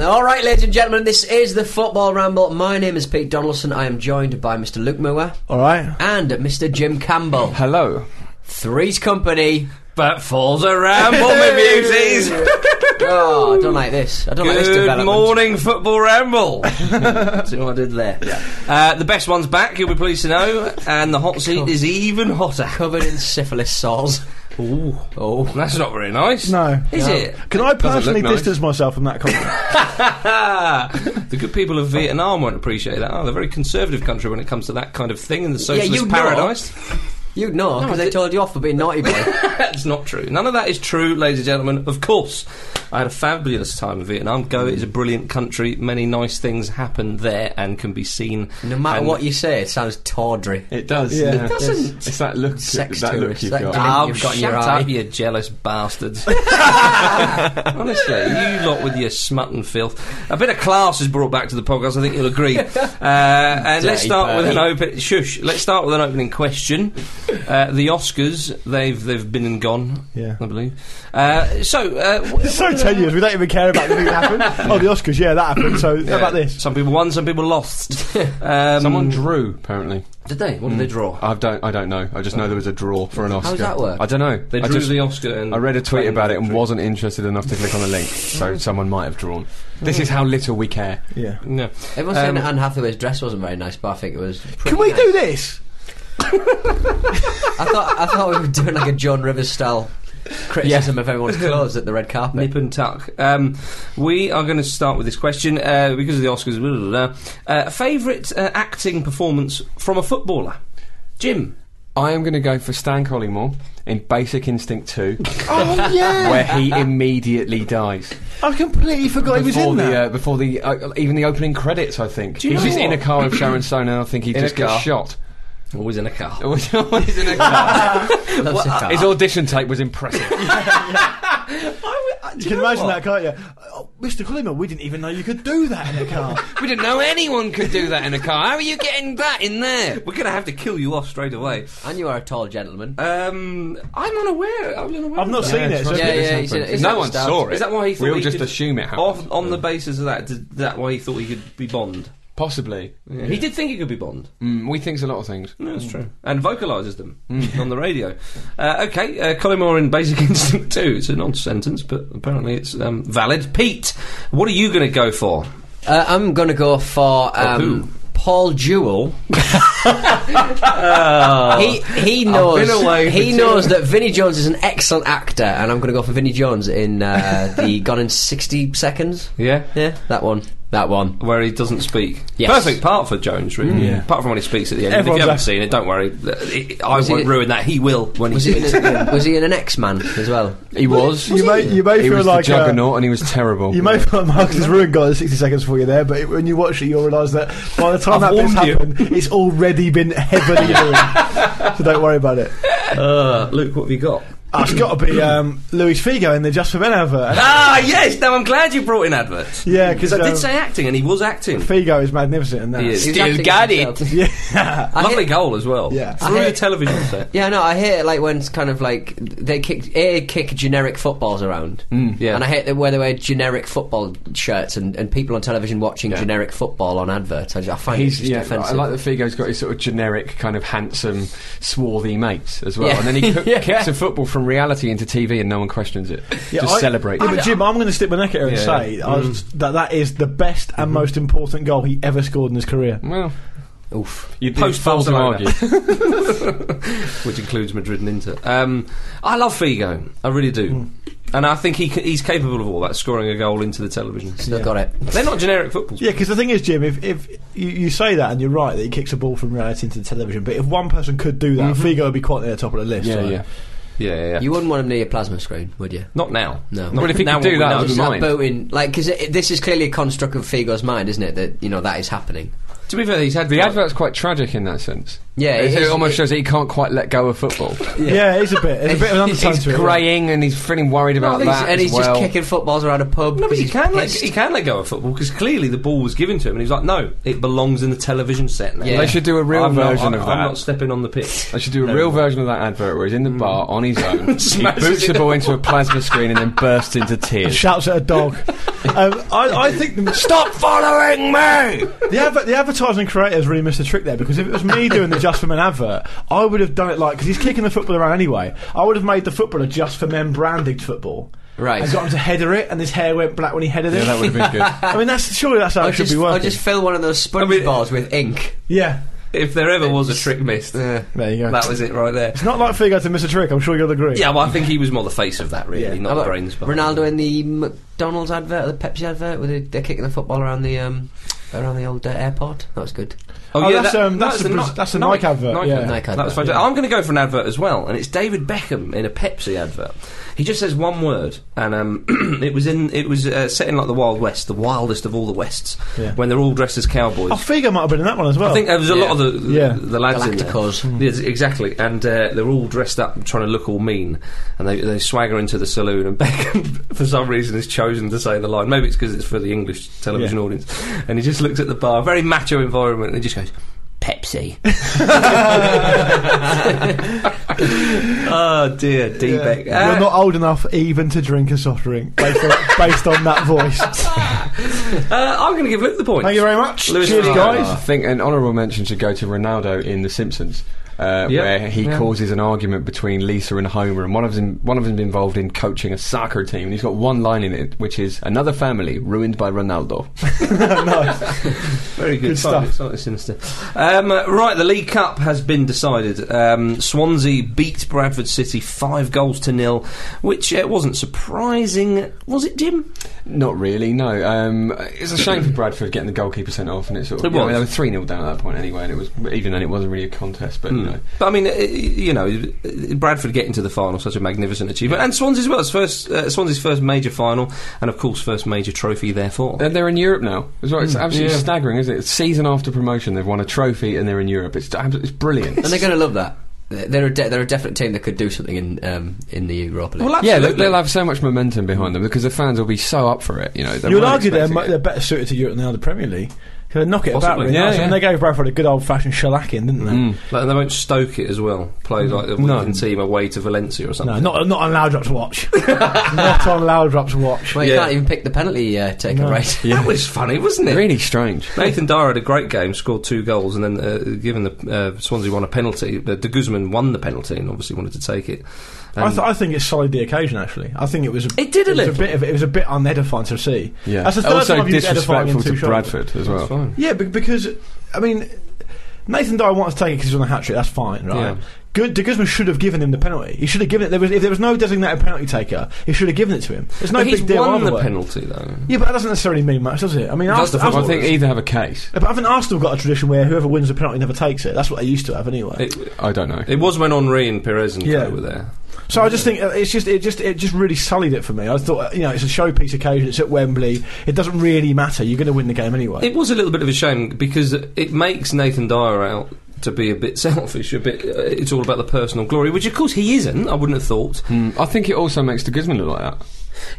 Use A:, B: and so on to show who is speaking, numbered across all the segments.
A: All right, ladies and gentlemen, this is the Football Ramble. My name is Pete Donaldson. I am joined by Mr. Luke Moore
B: All right.
A: and Mr. Jim Campbell.
B: Hello.
A: Three's company.
C: But falls around, ramble, my beauties.
A: Oh, I don't like this. I don't like this
C: Good
A: development.
C: morning, football ramble.
A: See what I did there?
C: Uh, the best one's back. You'll be pleased to know, and the hot seat is even hotter.
A: Covered in syphilis sores. Ooh. Oh.
C: That's not very nice.
B: No.
C: is it?
B: Can I
C: Doesn't look
B: personally
C: nice.
B: distance myself from that comment?
C: the good people of Vietnam won't appreciate that. Oh, they're a very conservative country when it comes to that kind of thing, and the socialist
A: you know.
C: paradise.
A: You'd know, because they told you off for being naughty boy.
C: That's not true. None of that is true, ladies and gentlemen. Of course, I had a fabulous time in Vietnam. Go it is a brilliant country. Many nice things happen there and can be seen.
A: no matter
C: And-
A: what you say, it sounds tawdry.
D: It does.
B: Yeah.
D: Yeah.
B: It
A: doesn't.
D: It's that look.
A: Sex
D: that
A: tourist,
D: look you've
A: that
D: got.
A: guy.
C: Oh,
A: You've got in
C: shut
A: your eye.
C: up, you jealous bastards. Honestly, you lot with your smut and filth. A bit of class is brought back to the podcast, I think you'll agree. Uh, and let's
A: Dirty
C: start with an
A: bird.
C: open... Shush. Let's start with an opening question. Uh, the Oscars, they've they've been and gone,
B: Yeah.
C: I believe. Uh, so... Uh, wh-
B: It's so tenuous. We don't even care about the thing that happened. Oh, the Oscars. Yeah, that happened. So how about this?
C: Some people won, some people lost. Um,
D: Someone drew. Apparently,
C: did they? What did they draw?
D: I don't. I don't know. I just know there was a draw for an Oscar.
A: does that work?
D: I don't know.
C: They
D: I
C: drew
D: just-
C: the Oscar. And
D: I read a tweet about it and wasn't interested enough to click on the link, so
C: Mm.
D: someone might have drawn. This is how little we care.
B: Yeah.
C: No.
A: Everyone's saying
C: Um,
A: that Anne Hathaway's dress wasn't very nice, but I think it was. pretty
B: Can we
A: nice.
B: do this?
A: I thought I thought we were doing like a John Rivers style criticism of everyone's clothes at the red carpet.
C: Nip and tuck. Um, we are going to start with this question uh, because of the Oscars. Blah, blah, blah. Uh, favorite uh, acting performance from a footballer, Jim.
D: I am going to go for Stan Collymore in Basic Instinct Two,
B: Oh yeah.
D: where he immediately dies
B: I completely
C: Oh,
B: forgot he was
D: before
B: in
D: the
B: that.
D: uh, before the uh, even the opening credits. I think
C: you
D: he's
C: know
D: just in a
C: what?
D: car with Sharon Stone, and I think he
C: a
D: just gets
C: car.
D: shot.
C: Always in a car.
D: Always in a car.
A: Loves a car.
D: His audition tape was impressive.
C: uh,
B: you can imagine that, can't you? Oh, Mr. Collymore, we didn't even know you could do that in a car.
D: We didn't know anyone could do that in a car. How are you getting that in there?
C: We're going to have to kill you off straight away.
A: and you are a tall gentleman.
C: Um, I'm unaware. I'm unaware.
B: I've
C: of
B: not
C: that.
B: seen it. So
A: Yeah, yeah, he's in- he's
D: no
A: at the
D: one
A: start.
D: saw it.
C: Is that why he thought
D: we all
C: he
D: just
C: could-
D: assume it happened?
C: Off, on the basis of that, did, that why he thought he could be Bond.
D: Possibly.
C: He did think he could be Bond.
D: Mm, we thinks a lot of things.
C: No, that's true. And vocalises them on the radio. Uh, okay, uh, Colin Moore in Basic Instinct 2. It's an odd sentence, but apparently it's um, valid. Pete, what are you going to go for?
A: Uh, I'm going to go for
C: who?
A: um, Paul Jewell. he he knows
C: Uh, been away for
A: he
C: two-
A: knows that Vinnie Jones is an excellent actor, and I'm going to go for Vinnie Jones in uh, the Gone in 60 Seconds.
C: Yeah?
A: Yeah, that one, that one.
C: Where he doesn't speeak.
A: Yes.
C: Perfect part for Jones, really.
D: Yeah.
C: Apart from when he speaks at the end. And
B: Everyone's
C: if you haven't
B: a-
C: seen it, don't worry. Uh, it- I
A: Was
C: won't
A: it-
C: ruin that. He will when he
A: Was
C: sees
A: he
C: it.
A: in, a, was he in an X Man as well?
D: He was.
B: you may you may
D: he
B: feel
D: was
B: like
D: the juggernaut, and he was terrible.
B: Uh, you may feel like Marcus has ruined God in 60 seconds for you there, but it, when you watch it, you'll realise that by the time
C: I've
B: that bit's
C: warned you.
B: happened, it's already been heavily ruined. So don't worry about it.
C: Uh, Luke, what have you got?
B: Oh, it's got to be um, Luis Figo in the Just for Men advert.
C: Ah, yes! Now I'm glad you brought in adverts.
B: Yeah, um, because
C: Because I did say acting, and he was acting.
B: Figo is magnificent in that.
C: He is.
A: He was
C: Still
A: acting
C: got
A: as himself.
C: it.
B: Yeah,
A: I
C: Lovely
A: hate-
C: goal as well.
B: Yeah.
C: Through
A: I
C: the
A: hate-
C: television set.
A: Yeah, no, I hate it like when it's kind of like they kick a kick generic footballs around,
C: yeah.
A: and I hate that where they wear generic football shirts and, and people on television watching generic football on adverts. I, ju- I find
D: He's
A: it just
D: yeah. I
A: offensive.
D: like that Figo's got his sort of generic, kind of handsome, swarthy mates as well,
A: Yeah.
D: and then he cook,
A: Yeah.
D: kicks a football from reality into TV and no one questions it.
B: Yeah,
D: Just
B: I-
D: celebrate.
B: Yeah, but Jim, I'm going to stick my neck out here and
D: Yeah. Mm. Mm-hmm.
B: say I was- that that is the best and most important goal he ever scored in his career.
D: well,
A: Oof.
D: you'd be
C: Post
D: foul to
C: Barcelona.
D: argue.
C: which includes Madrid and Inter. Um, I love Figo, I really do,
D: Hmm.
C: and I think he c- he's capable of all that, scoring a goal into the television.
A: Still got it.
C: They're not generic football.
B: Yeah, because the thing is, Jim, if, if you, you say that and you're right that he kicks a ball from reality into the television, but if one person could do that, Figo would be quite near the top of the list.
D: Mm-hmm. yeah,
B: right?
D: yeah.
C: yeah, yeah. yeah.
A: You wouldn't want him near your plasma screen, would you?
C: not now.
A: No.
C: Not
D: Well, if he
C: now
D: could do
C: we
D: that,
C: know.
D: I would
A: Just
D: be
A: that
D: mind.
A: boating, like, because this is clearly a construct of Figo's mind, isn't it? That you know that is happening.
C: To be fair, he's had
D: The
C: like-
D: advert's quite tragic in that sense.
A: Yeah,
D: it,
A: it
D: it
A: is-
D: almost
A: it-
D: shows that he can't quite let go of football.
B: Yeah, it's a bit. It's a bit of an undertone
D: he's
B: to it.
D: graying and he's feeling worried about
A: and he's,
D: that.
A: and
D: as
A: he's
D: well.
A: just kicking footballs around a pub.
C: No, but
A: 'cause
C: he
A: he's
C: can let,
A: pissed.
C: he can let go of football because clearly the ball was given to him, and he's like, "No, it belongs in the television set now."
A: Yeah.
D: They should do a real
C: I'm not-
D: version
C: I'm-
D: of
C: I'm
D: that.
C: not stepping on the pitch.
D: I should do a real version of that advert where he's in the bar on his own, he
C: Smashes
D: boots
C: it.
D: the ball into a plasma screen and then bursts into tears.
B: Shouts at a dog. um, I, I think the,
D: Stop following me!
B: the, adver- the advertising creators really missed a trick there because if it was me doing the Just for Men advert, I would have done it like because he's kicking the football around anyway. I would have made the football a Just for Men branded football.
A: Right.
B: And got him to header it, and his hair went black when he headed
D: Yeah,
B: it.
D: that would have been good.
B: I mean, that's surely that's how
A: I'll
B: it should
A: just,
B: be working.
A: I'll just fill one of those sponge
C: I mean-
A: bars with ink.
B: yeah,
C: If there ever was a trick missed,
B: there you go.
C: that was it right there.
B: It's not like Figo to miss a trick. I'm sure you'll agree.
C: Yeah, well, I think he was more the face of that, really,
B: Yeah.
C: not
A: How
C: the
A: about
C: brains. behind it.
A: Ronaldo in the McDonald's advert, or the Pepsi advert, where they, they're kicking the football around the um, around the old uh, airport. That was good.
B: Oh, that's, um, that's the
C: the
B: Braz-
C: Ni-
B: that's the Nike advert, yeah.
A: Nike
C: That was
A: advert,
C: fantastic. I'm going to go for an advert as well, and it's David Beckham in a Pepsi advert. He just says one word, and um, it was in it was uh, set in like the Wild West, the wildest of all the wests,
B: Yeah.
C: when they're all dressed as cowboys.
B: Oh, Figo might have been in that one as well.
C: I think there was a
A: Yeah.
C: lot of the
B: Yeah.
C: the lads in there. Hmm.
A: Galacticos.
C: Yes, exactly, and uh, they're all dressed up, and trying to look all mean, and they, they swagger into the saloon. And Beckham, for some reason, has chosen to say the line. Maybe it's because it's for the English television
B: Yeah.
C: audience, and he just looks at the bar, very macho environment, and he just goes. Pepsi. oh dear, D Beck.
B: You're not old enough even to drink a soft drink based on, based on that voice.
C: uh, I'm going to give Luke the point.
B: Thank you very much.
C: Lewis
B: Cheers,
C: Figo.
D: I
B: guys.
D: think an honourable mention should go to Ronaldo in The Simpsons, uh,
C: Yeah,
D: where he
C: yeah.
D: causes an argument between Lisa and Homer, and one of them one of them's involved in coaching a soccer team, and he's got one line in it, which is "Another family ruined by Ronaldo."
C: Very good,
B: Good stuff.
C: fun. It's not sinister. Um, uh, right, the League Cup has been decided. Um, Swansea beat Bradford City five goals to nil, which uh, wasn't surprising, was it, Jim?
D: Not really, no. Um, it's a shame for Bradford getting the goalkeeper sent off, and it sort of
C: It
D: yeah, I
C: was.
D: mean, they were three 0 down at that point anyway, and it was even then it wasn't really a contest, but you know.
C: But I mean, uh, you know, uh, Bradford getting to the final, such a magnificent achievement, and Swansea as well. It's first uh, Swansea's first major final, and of course, first major trophy. Therefore,
D: And they're in Europe now as well. It's absolutely
C: Hmm. yeah.
D: staggering, isn't it? Season after promotion, they've won a trophy and they're in Europe. It's, abs- it's brilliant.
A: And they're going to love that. They're they're a, de- they're a definite team that could do something in um, in the Europa League.
C: well,
D: yeah,
C: absolutely.
D: they'll, they'll have so much momentum behind them because the fans will be so up for it. You know, they
B: You would
D: weren't
B: argue they're,
D: expecting
B: mu-
D: it.
B: they're better suited to Europe than they are the Premier League. 'Cause They knock it about
C: Possibly.
B: really
D: Yeah,
B: nice. I mean,
D: yeah. Mm.
B: they gave Bradford a good old fashioned shellacking, didn't they?
C: Um, Like, they won't stoke it as well. Play like a
D: No.
C: weakened team away to Valencia or something.
B: No, not not on Loudrop's watch. not on Loudrop's watch.
A: Well, you
C: yeah.
A: can't even pick the penalty uh, taker,
B: No.
A: right?
C: That was funny, wasn't it?
D: really strange.
C: Nathan Dyer had a great game, scored two goals, and then uh, given the uh, Swansea won a penalty, uh, De Guzman won the penalty and obviously wanted to take it. And
B: I, th- I think it's solid the occasion. Actually, I think it was. A,
C: It did a
B: was
C: little.
B: bit of it was a bit unedifying to see.
D: Yeah,
B: That's the third
D: also
B: time I've used edifying
D: disrespectful
B: in two
D: to
B: shots.
D: Bradford as
C: that's
D: well.
C: fine.
B: Yeah, be- because I mean, Nathan Dyer wants to take it because he's on a hat trick. That's fine,
C: Yeah.
B: right? Good. De Guzman should have given him the penalty. He should have given it. There was, if there was no designated penalty taker, he should have given it to him. It's no
C: but he's
B: big deal.
C: won
B: either
C: the
B: way.
C: penalty though.
B: Yeah, but that doesn't necessarily mean much, does it? I mean,
C: That's the
B: Arsenal,
D: I
C: football.
B: Arsenal-
D: think either have a case.
B: but haven't Arsenal got a tradition where whoever wins the penalty never takes it? That's what they used to have anyway.
C: It,
D: I don't know.
C: it was when Henri and Perez and
B: Yeah.
C: co were there.
B: So I just think uh, it's just it just it just really sullied it for me. I thought uh, you know it's a showpiece occasion. It's at Wembley. It doesn't really matter. You're going to win the game anyway.
C: It was a little bit of a shame because it makes Nathan Dyer out to be a bit selfish, a bit. Uh, it's all about the personal glory, which of course he isn't. I wouldn't have thought.
D: Mm, I think it also makes De Guzman look like that.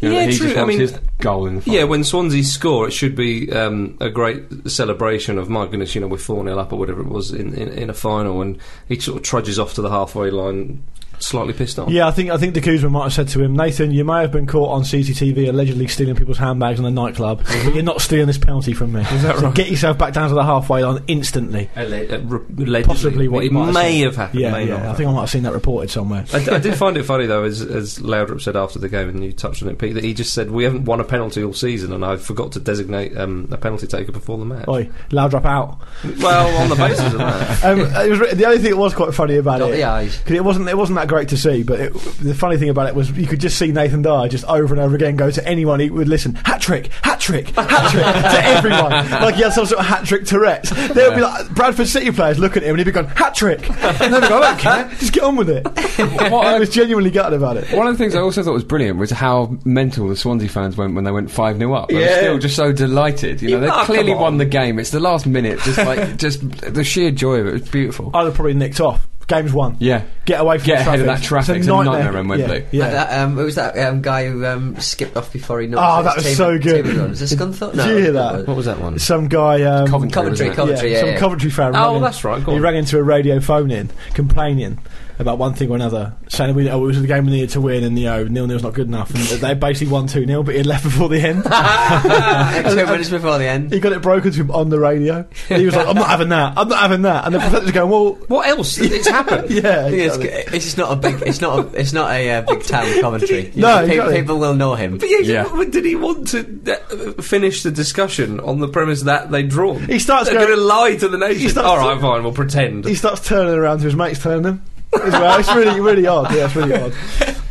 D: You know,
C: Yeah,
D: that he
C: true.
D: Just
C: I
D: wants
C: mean-
D: his goal in the final.
C: Yeah, when Swansea score, it should be um, a great celebration of my goodness, you know, we're four 0 up or whatever it was in, in, in a final, and he sort of trudges off to the halfway line, slightly pissed off.
B: Yeah, I think I think the Guzman might have said to him, Nathan, you may have been caught on CCTV allegedly stealing people's handbags in a nightclub, but you're not stealing this penalty from me.
C: that
B: so
C: right?
B: get yourself back down to the halfway line instantly.
C: Alle- uh, re- allegedly.
B: Possibly what
C: it
B: you might have
C: may
B: said.
C: have happened.
B: Yeah,
C: may
B: yeah.
C: not
B: I
C: have
B: think I might have seen that reported somewhere.
C: I, d- I did find it funny though, as as Laudrup said after the game, and you touched on it, Pete, that he just said we haven't won a penalty all season, and I forgot to designate um, a penalty taker before the match.
B: Oi, loud drop out.
C: Well, on the basis of that,
B: Um, it was, re- the only thing that was quite funny about
A: Got
B: it,
A: the eyes.
B: 'cause it wasn't it wasn't that great to see. But it, the funny thing about it was you could just see Nathan Dyer just over and over again go to anyone he would listen. Hat trick, hat trick, hat trick to everyone. Like he had some sort of hat trick Tourette's. They would be like Bradford City players look at him and he'd be going hat trick. And they'd be going, I don't care, just get on with it. I was genuinely gutted about it.
D: One of the things I also thought was brilliant was how mental the Swansea fans went when they went five 0 up. They were
C: Yeah.
D: still just so delighted. You know,
C: Oh,
D: they
C: come
D: clearly
C: on.
D: won the game. It's the last minute, just like just the sheer joy of it was beautiful.
B: I'd have probably nicked off. Game's won.
D: Yeah.
B: Get away from
D: Get
B: the
D: ahead
B: traffic.
D: of that traffic. It's a nightmare in Wembley.
B: Yeah,
A: And
B: yeah.
A: that, um, who was that um, guy who um, skipped off before he knocked
B: Oh,
A: his
B: that was
A: team-
B: so good.
A: team run? Was it Scunthorpe?
B: Did
A: No,
B: you hear
A: it
B: that?
A: was-
C: what was that one?
B: Some guy. Um,
D: Coventry,
A: Coventry,
D: wasn't it?
A: Coventry, yeah.
B: some
A: yeah.
B: Coventry fan.
C: Oh,
B: rang in-
C: that's right, go
B: he
C: on.
B: rang into a radio phone in complaining about one thing or another, saying we, oh, it was the game we needed to win, and you know nil nil's not good enough. And they basically won two 0 but he had left before the end.
A: Two minutes before the end.
B: he got it broken to him on the radio. And he was like, "I'm not having that. I'm not having that." And the professor's going, "Well,
C: what else? It's happened.
B: yeah."
A: The thing is,
B: exactly.
A: It's just not a big. It's not. A, it's not a uh, big town commentary.
B: No,
A: people,
B: exactly.
A: people will know him.
C: But yeah,
D: Yeah.
C: but did he want to uh, finish the discussion on the premise that they drawn?
B: He starts
C: They're going to
B: going-
C: lie to the nation.
B: starts-
C: All right, fine, we'll pretend.
B: He starts turning around to his mates, turning them. As well. It's really, really odd. Yeah, it's really odd.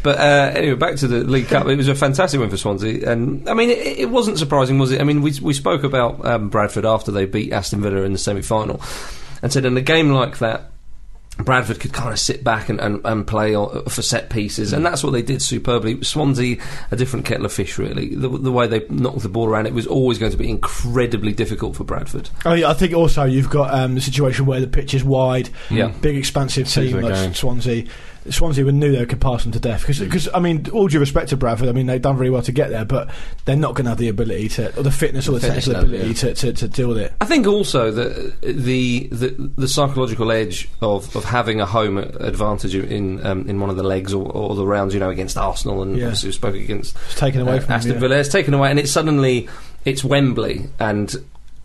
C: But uh, anyway, back to the League Cup. It was a fantastic win for Swansea, and I mean, it, it wasn't surprising, was it? I mean, we we spoke about um, Bradford after they beat Aston Villa in the semi final, and said in a game like that. Bradford could kind of sit back and, and, and play o- for set pieces, and that's what they did superbly. Swansea, a different kettle of fish, really. The, the way they knocked the ball around, it was always going to be incredibly difficult for Bradford.
B: I, mean, I think also you've got um, the situation where the pitch is wide,
C: Yeah.
B: big expansive
D: Centre
B: team
D: of the
B: like
D: game.
B: Swansea. Swansea we knew they could pass them to death because I mean all due respect to Bradford I mean they've done very well to get there but they're not going to have the ability to or the fitness or the,
A: fitness
B: technical
A: level,
B: ability to, to, to deal with it.
C: I think also that the the, the psychological edge of, of having a home advantage in um, in one of the legs or, or the rounds, you know, against Arsenal and
B: Yeah.
C: obviously we spoke against
B: It's taken away
C: uh,
B: from
C: Aston
B: them, yeah.
C: Villa. It's taken away, and it's suddenly it's Wembley, and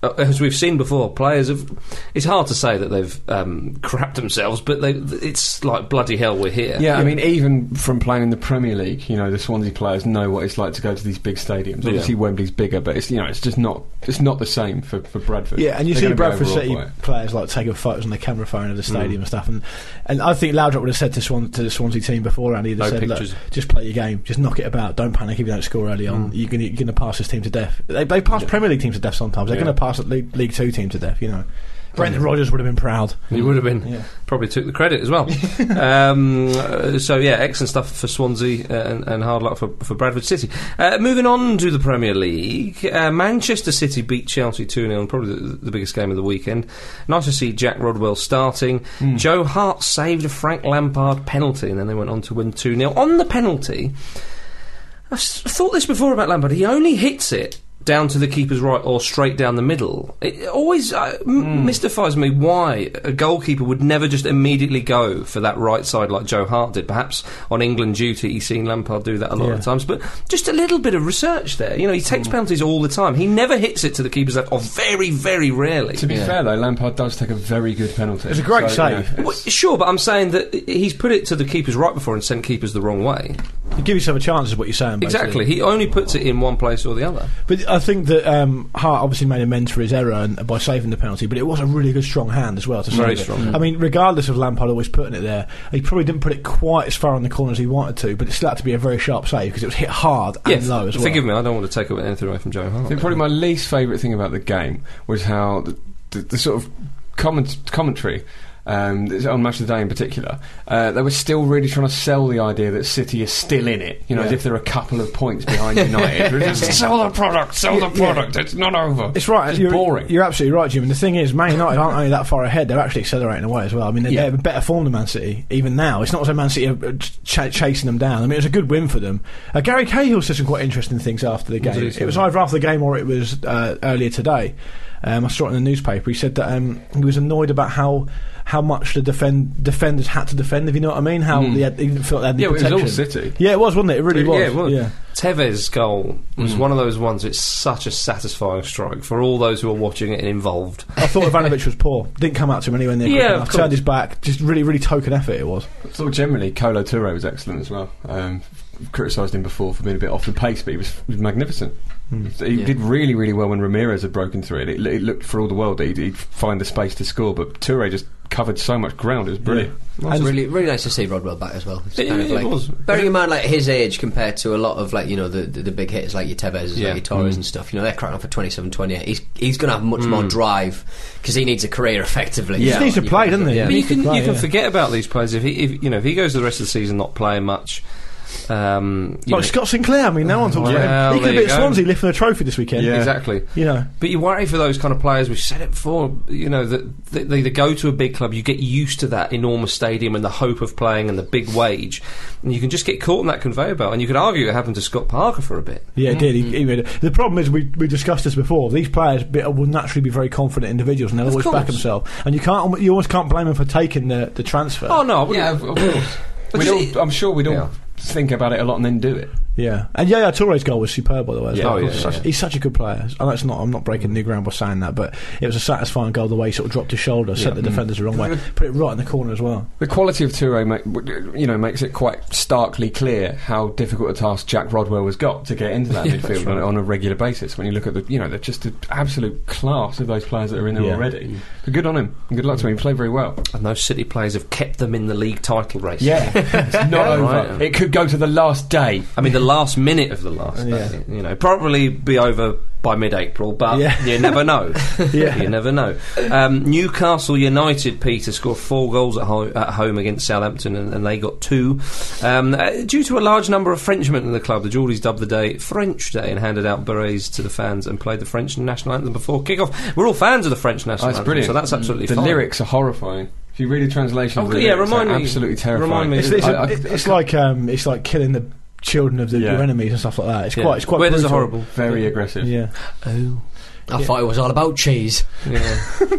C: uh, as we've seen before, players have. It's hard to say that they've um, crapped themselves, but they, it's like bloody hell, we're here.
D: Yeah, I mean, even from playing in the Premier League, you know, the Swansea players know what it's like to go to these big stadiums.
C: Yeah.
D: Obviously, Wembley's bigger, but it's you know, it's just not it's not the same for, for Bradford.
B: Yeah, and you see
D: They're gonna be Mm.
B: Bradford
D: overawed
B: City
D: by it.
B: players like taking photos on the camera phone of the stadium and stuff, and and I think Loudrop would have said to Swan to the Swansea team before Andy,
C: No
B: said,
C: pictures.
B: "Look, just play your game, just knock it about, don't panic if you don't score early on.
D: Mm.
B: You're going you're going to pass this team to death. They they pass Premier League teams to death sometimes. They're
D: Yeah.
B: going to pass League, League Two team to death. You know, Brendan Rodgers would have been proud.
C: He would have been.
B: Yeah.
C: Probably took the credit as well. um, uh, so, yeah, excellent stuff for Swansea uh, and, and hard luck for, for Bradford City. Uh, moving on to the Premier League, uh, Manchester City beat Chelsea 2 0, probably the, the biggest game of the weekend. Nice to see Jack Rodwell starting. Joe Hart saved a Frank Lampard penalty, and then they went on to win 2 0. On the penalty, I've s- thought this before about Lampard. He only hits it down to the keeper's right or straight down the middle. It always uh, m-
D: Hmm.
C: mystifies me why a goalkeeper would never just immediately go for that right side like Joe Hart did. Perhaps on England duty, he's seen Lampard do that a lot
B: Yeah.
C: of times. But just a little bit of research there. You know, he
D: Hmm.
C: takes penalties all the time. He never hits it to the keeper's left, or very, very rarely.
D: To be
A: Yeah.
D: fair though, Lampard does take a very good penalty.
B: It's a great
D: So, you know,
B: save.
D: it's-
C: Well, sure, but I'm saying that i- he's put it to the keepers right before and sent keepers the wrong way.
B: You give yourself a chance, is what you're saying. Basically.
C: Exactly. He only puts it in one place or the other.
B: But I think that um, Hart obviously made amends for his error and, by saving the penalty, but it was a really good strong hand as well. To
C: Very
B: save it.
C: strong.
B: I mean, regardless of Lampard always putting it there, he probably didn't put it quite as far on the corner as he wanted to, but it still had to be a very sharp save because it was hit hard and
C: f-
B: low as well.
C: Forgive me, I don't want to take away anything away from Joe
D: I
C: Hart.
D: think probably my least favourite thing about the game was how the, the, the sort of comment, commentary um, that's on Match of the Day in particular, uh, they were still really trying to sell the idea that City is still in it, you know, as if they're a couple of points behind United. We're just, sell the product, sell the product, it's not over.
B: It's right.
D: It's
B: you're,
D: boring.
B: You're absolutely right, Jim. And the thing is, Man United aren't only that far ahead; they're actually accelerating away as well. I mean, they're,
D: Yeah.
B: they're better form than Man City even now. It's not as though Man City are uh, ch- chasing them down. I mean, it was a good win for them. Uh, Gary Cahill said some quite interesting things after the game.
C: did he say?
B: It was either after the game or it was uh, earlier today. Um, I saw it in the newspaper. He said that um, he was annoyed about how. how much the defend defenders had to defend. If you know what I mean, how
D: Mm.
B: they had, they felt they had the
D: Yeah, well, it
B: protection.
D: was all City.
B: Yeah, it was, wasn't it? It really
C: It-
B: was.
C: yeah, it was.
B: Yeah.
C: Tevez goal was
D: Mm.
C: one of those ones. It's such a satisfying strike for all those who are watching it and involved.
B: I thought Ivanovic was poor. Didn't come out to him anywhere near.
C: Yeah,
B: quick
C: of
B: enough.
C: course.
B: turned his back. Just really, really token effort. It was.
D: I thought generally Colo Touré was excellent as well. Um, criticised him before for being a bit off the pace, but he was, he was magnificent.
C: Hmm.
D: He
A: Yeah.
D: did really, really well when Ramirez had broken through it. It, it looked for all the world that he'd, he'd find the space to score, but Touré just covered so much ground. It was brilliant.
A: It's
B: And-
A: really, really nice to see Rodwell back as well. It's
C: It-
A: kind of
C: it
A: like-
C: was.
A: Bearing in mind like his age compared to a lot of like you know the the, the big hitters like your Tevez,
C: Yeah.
A: like your
B: Mm.
A: Torres and stuff. You know they're cracking off at 27, 28. He's he's going to have much more drive because he needs a career effectively.
B: He just
A: You
B: needs to
A: know,
B: play,
A: you-
B: doesn't he?
A: Yeah.
C: But
B: He
C: you
B: needs to
C: can
B: play,
C: you can
B: yeah.
C: forget about these players if he if you know if he goes the rest of the season not playing much. Um, you
B: Like
C: know-
B: Oh, Scott Sinclair. I mean, no one talks
C: Well,
B: about him. He
C: there
B: could be
C: you
B: at
C: go.
B: Swansea lifting a trophy this weekend.
D: Yeah.
C: Exactly.
B: You know.
C: But you worry for those kind of players. We've said it before. You know that they, they go to a big club, you get used to that enormous stadium and the hope of playing and the big wage, and you can just get caught in that conveyor belt. And you could argue it happened to Scott Parker for a bit.
B: Yeah, it did. He, he made it. The problem is, we, we discussed this before. These players be, will naturally be very confident individuals, and they'll always
C: course.
B: back themselves. And you can't, you almost can't blame them for taking the, the transfer.
C: Oh no, I wouldn't.
D: Yeah, of, of course.
C: But
D: We'd
C: you
D: all,
C: see-
D: I'm sure we'd all
C: Yeah.
D: think about it a lot and then do it.
B: Yeah, and Yaya Touré's goal was superb, by the way. as
D: Yeah,
B: well.
D: oh, yeah,
B: He's such-
D: yeah.
B: He's such a good player. I know it's not. I'm not breaking new ground by saying that, but it was a satisfying goal the way he sort of dropped his shoulder, sent the defenders the wrong way, put it right in the corner as well.
D: The quality of Touré, make, w- you know, makes it quite starkly clear how difficult a task Jack Rodwell has got to get into that midfield on, on a regular basis. When you look at the, you know, they're just the absolute class of those players that are in there
B: Yeah.
D: already. But good on him. and Good luck to him. He played very well.
C: And those City players have kept them in the league title race.
D: Yeah, it's not over.
C: Right.
D: It could go to the last day.
C: I mean, the last minute of the last,
B: Yeah.
C: day, you know, probably be over by mid-April, but
B: Yeah.
C: you never know.
B: Yeah.
C: you never know. Um, Newcastle United, Peter, scored four goals at, ho- at home against Southampton, and, and they got two. Um, uh, due to a large number of Frenchmen in the club, the Geordies dubbed the day French Day and handed out berets to the fans and played the French national anthem before kick-off. We're all fans of the French national
D: That's
C: anthem,
D: Oh, brilliant.
C: so that's absolutely
D: The
C: fine.
D: lyrics are horrifying. If you read a translation,
C: Oh,
D: of the
C: yeah,
D: lyrics,
C: remind
D: they're
C: me.
D: absolutely terrifying.
C: Remind me.
B: It's, it's,
D: I- I-
B: it- it's like um, it's like killing the children of the,
D: Yeah.
B: your enemies and stuff like that. It's
C: Yeah.
B: quite it's quite
C: Where
B: brutal.
C: there's a horrible.
D: Very aggressive.
B: Yeah,
A: Oh, I thought it was all about cheese.
C: Yeah,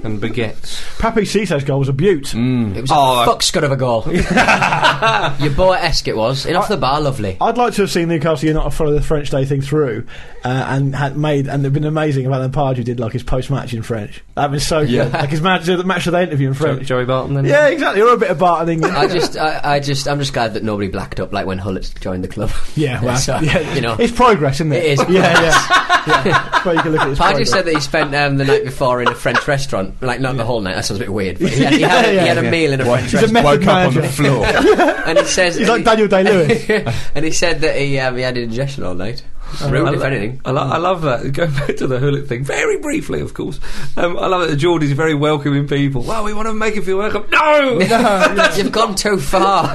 C: and baguettes.
B: Papi Cissé's goal was a beaut.
D: Mm.
A: It was
C: Oh, I-
A: a fuck scud of a goal. your boy Esk it was in off the bar, lovely.
B: I'd like to have seen Newcastle United follow the French Day thing through, uh, and had made and they've been amazing about Lampard who did like his post match in French. That'd been so
D: Yeah.
B: good. Like his match, the match of the interview in
C: Jo-
B: French.
C: Joey Barton. Then
B: Yeah, exactly. Or a bit of Bart in England.
A: I just, I, I just, I'm just glad that nobody blacked up like when Hullett joined the club.
B: Yeah, well,
A: So,
B: yeah,
A: you know.
B: it's progress, isn't it?
A: It is.
B: Yeah, yeah. yeah. That's where you can look at his
A: Pardew
B: progress.
A: said that he spent um, the night before in a French restaurant. Like, not the whole night, that sounds a bit weird. But he had, he had, a, he
B: Yeah,
A: had a
B: yeah.
A: meal in a French
B: He's a
A: restaurant.
B: method
D: Woke up on
B: manager.
D: the floor.
A: and he says.
B: He's like Daniel Day Lewis.
A: and he said that he, um, he had indigestion all night.
C: Um, I
A: Rude, if
C: lo-
A: anything.
C: I, lo- I love that. Going back to the Hullet thing, very briefly, of course. Um, I love that the Geordies are very welcoming people. Well, we want to make him feel welcome. No!
A: You've gone too far.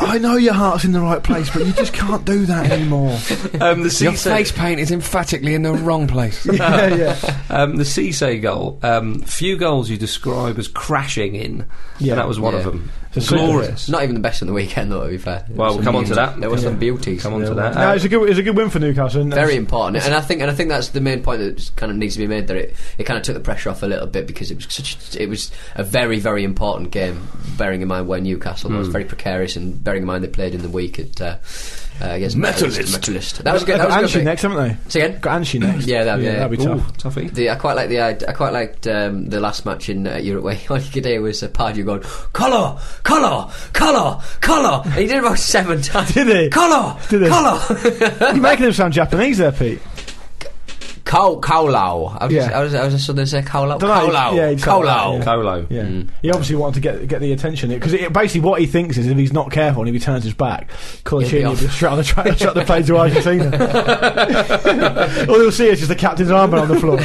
B: I know your heart's in the right place, but you just can't do that anymore.
C: um, the
D: Your
C: Cisse,
D: face paint is emphatically in the wrong place.
B: yeah, yeah.
C: um, the Cisse goal. Um, few goals you describe as crashing in.
B: Yeah.
C: And that was one
A: Yeah.
C: of them.
B: It's a
C: Glorious.
A: not even the best on the weekend, though, to be fair. There
C: Well,
A: were
C: we'll
A: some
C: come on to
A: beauties.
C: that.
A: There were
C: Yeah.
A: some beauties.
C: Come on to that.
B: No, it's a good, it's a good win for Newcastle. Isn't it?
A: Uh, Very important, and I think, and I think that's the main point that kind of needs to be made. That it, it kind of took the pressure off a little bit because it was such, it was a very, very important game. Bearing in mind where Newcastle
B: Hmm.
A: was very precarious, and bearing in mind they played in the week at uh, uh, against
D: Metalist.
A: Metalist. That was good.
B: They've
A: That
B: got
A: was good.
B: Anshi
A: pick.
B: next, haven't
A: Say
B: they?
A: again.
B: Got Anshi next.
A: Yeah, that'd be-
B: that'd be
C: Ooh,
B: tough. eh?
C: toughie.
A: The, I quite like the I quite liked um, the last match in uh, Europe where all you could hear was uh, Pardew going colour, colour, colour, colour, and he did it about seven times.
B: Did he?
A: Colour,
B: Did he?
A: colour,
B: You're making them sound Japanese there, Pete.
A: cow, cow lao. I was,
B: Yeah.
A: I was, I was just going to say cow lao,
B: Dunno,
A: cow lao,
B: yeah, he'd
A: cow
B: say that,
A: lao.
B: yeah.
C: Colo.
B: Yeah,
A: Mm.
B: he obviously wanted to get get the attention because basically what he thinks is if he's not careful and if he turns his back,
A: He'll be
B: Colaccini will
A: off.
B: just shut the, tra- shut the plane to Argentina. All you'll see is just the captain's armband on the floor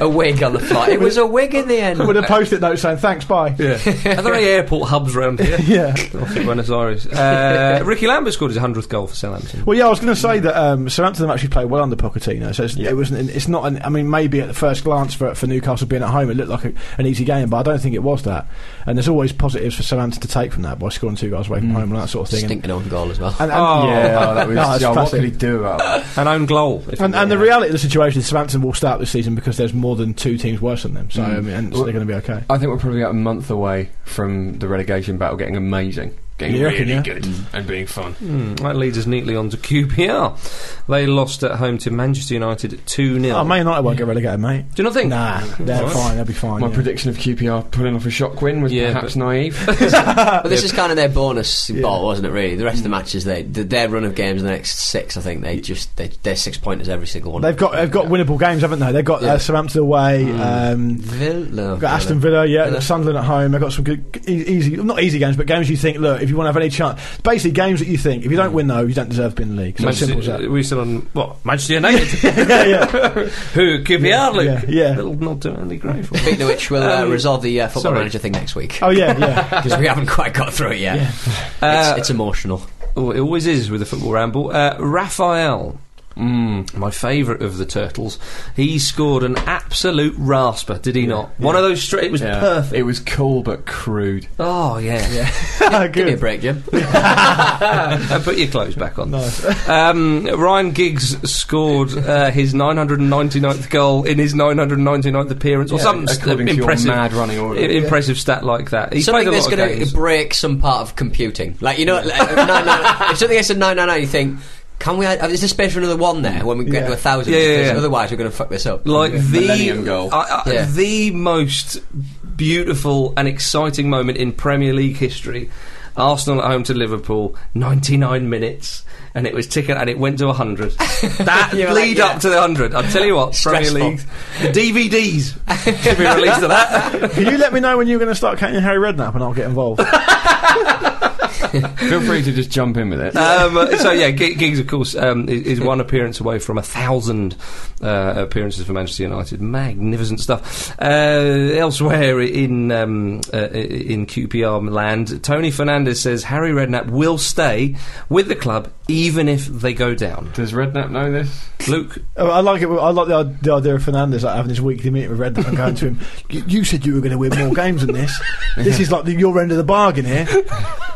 A: a wig on the fly. It was a wig in the end.
B: with a post-it note saying "Thanks, bye."
C: Yeah. Are there any airport hubs around here?
B: Yeah.
C: Off to Buenos Aires. Uh, Ricky Lambert scored his 100th goal for Southampton.
B: Well, yeah, I was going to say that um, Southampton have actually played well under Pochettino, so it's
D: Yeah.
B: It was. An, it's not. An, I mean, maybe at the first glance for for Newcastle being at home, it looked like a, an easy game, but I don't think it was that. And there's always positives for Southampton to take from that by scoring two goals away from home and that sort of thing. And,
A: Stinking own goal as well.
B: and, and-
C: Oh.
D: Yeah, oh, that was.
B: No, it's
D: yeah, what
B: classic.
D: could he do about that?
C: An own goal. if
B: And,
C: you
B: and the
C: will.
B: reality of the situation is Southampton will start this season because there's more than two teams worse than them. So I mean, and so they're going to be okay.
D: I think we're probably about a month away from the relegation battle getting amazing, Mm. getting
B: You
D: really
B: reckon, yeah?
D: good, and being fun.
C: Hmm, that leads us neatly on to QPR. They lost at home to Manchester United 2 0.
B: Oh, Man United won't get relegated, mate.
C: Do you not think?
B: Nah, they're
C: Alright.
B: fine. They'll be fine.
D: My
B: yeah.
D: prediction of QPR pulling off a shock win was
C: Yeah,
D: perhaps
C: but-
D: naive.
A: But this is kind of their bonus
B: Yeah. Mm.
A: ball, wasn't it? Really, the rest of the matches, they th- their run of games in the next six, I think they just they, they're six pointers every single one.
B: They've got they've got winnable games, haven't they? They've got
A: Yeah.
B: uh, Southampton away. Um,
A: Vill- no,
B: They've got Aston
A: Villa.
B: Villa, yeah,
A: Villa.
B: Sunderland at home. They've got some good, e- easy, not easy games, but games you think, look, if you want to have any chance, basically games that you think, if you don't win though, you don't deserve being in the league. It's as simple as
C: Manchester,
B: that.
C: we said on what Manchester United,
B: yeah, yeah.
C: who QPR, Luke.
B: yeah, yeah.
C: Little nod to Andy Gray. for-
A: Speaking of which, we'll uh,
C: Um,
A: resolve the uh, football
C: sorry.
A: manager thing next week
B: Oh yeah, yeah.
A: because we haven't quite got through it yet.
B: Yeah.
C: Uh,
A: it's, it's emotional.
C: Oh, it always is with a football ramble. Uh, Raphael,
D: Mm.
C: my favourite of the Turtles, he scored an absolute rasper, did he not? One of those straight. It was
D: Yeah.
C: perfect.
D: It was cool but crude.
C: Oh yeah.
A: Give me a
B: Oh, good.
A: break, Jim.
C: Uh, put your clothes back on.
B: Nice.
C: Um, Ryan Giggs scored uh, his 999th goal in his 999th appearance, or some s-
D: according to your
C: impressive,
D: mad running order.
C: i- impressive stat like that. He's
A: something
C: played a
A: that's
C: lot of
A: going
C: games.
A: to break some part of computing. Like you know, like, uh, nine, nine, if something gets a nine nine nine, you think. Can we? Add, uh, is there space for another one there when we get
B: Yeah.
A: to a thousand?
C: Yeah, yeah,
A: Because
C: yeah.
A: Otherwise, we're going to fuck this up.
C: like the
D: Millennium goal.
C: I- I-
A: Yeah.
C: the most beautiful and exciting moment in Premier League history. Arsenal at home to Liverpool, 99 minutes, and it was ticking, and it went to 100. That
A: You were like,
C: lead
A: yeah.
C: up to the 100. I'll tell you what,
A: Stressful.
C: Premier League, the DVDs to be released of that.
B: Can you let me know when you're going to start counting Harry Redknapp and I'll get involved?
D: Feel free to just jump in with it.
C: Um, so yeah, G- Giggs, of course, um, is, is one appearance away from a thousand uh, appearances for Manchester United. Magnificent stuff. Uh, elsewhere in um, uh, in QPR land, Tony Fernandez says Harry Redknapp will stay with the club even if they go down.
D: Does Redknapp know this?
C: Luke,
B: Oh, I like it. I like the, i- the idea of Fernandez like, having his weekly meeting with Redknapp and going to him. You, you said you were going to win more games than this. This is like the, your end of the bargain here.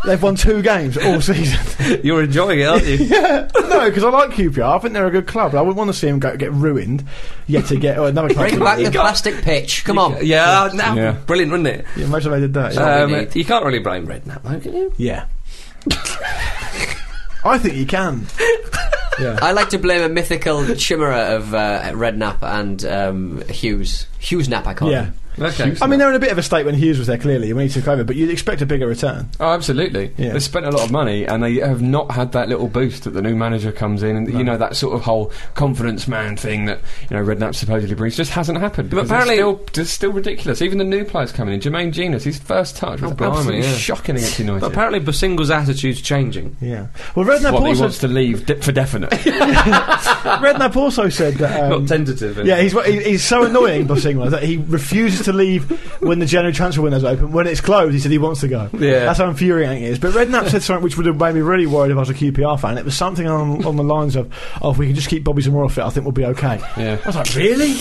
B: They've won two games all season.
C: you're enjoying it, aren't you?
B: Yeah, no, because I like QPR. I think they're a good club. I wouldn't want to see them go, get ruined yet to get oh, another club.
A: Bring back the plastic pitch. Come on.
C: yeah, no,
D: Yeah.
C: brilliant, wasn't it?
B: Yeah, imagine they did that. Yeah.
A: Uh, what we
C: Um,
A: need.
C: you can't really blame Redknapp, though, can you?
B: yeah. I think you can. Yeah.
A: I like to blame a mythical chimera of uh, Redknapp and um, Hughes. Hughes Nap, I call
B: Yeah.
A: him.
C: Okay.
B: I mean, they're in a bit of a state when Hughes was there, clearly, when he took over, but you'd expect a bigger return.
D: Oh, absolutely.
B: Yeah.
D: They spent a lot of money and they have not had that little boost that the new manager comes in and, you know, that sort of whole confidence man thing that, you know, Redknapp supposedly brings just hasn't happened.
C: But
D: because
C: apparently-
D: it's still, it's still ridiculous. Even the new players coming in, Jermaine Genius, his first touch was
C: Oh, blimey,
D: absolutely
C: yeah.
D: shocking against United.
C: But apparently, Basinga's attitude's changing.
B: Yeah. Well, Redknapp,
D: what, he
B: also,
D: wants to leave di- for definite.
B: Redknapp also said that. Um,
C: Not tentative.
B: yeah, he's he- he's so annoying, Bossingler, that he refuses to leave when the January transfer window's open. When it's closed, he said he wants to go.
C: Yeah.
B: That's how infuriating it is. But Redknapp said something which would have made me really worried if I was a QPR fan. It was something on, on the lines of, oh, if we can just keep Bobby Zamora fit, I think we'll be okay.
D: yeah.
B: I was like, really?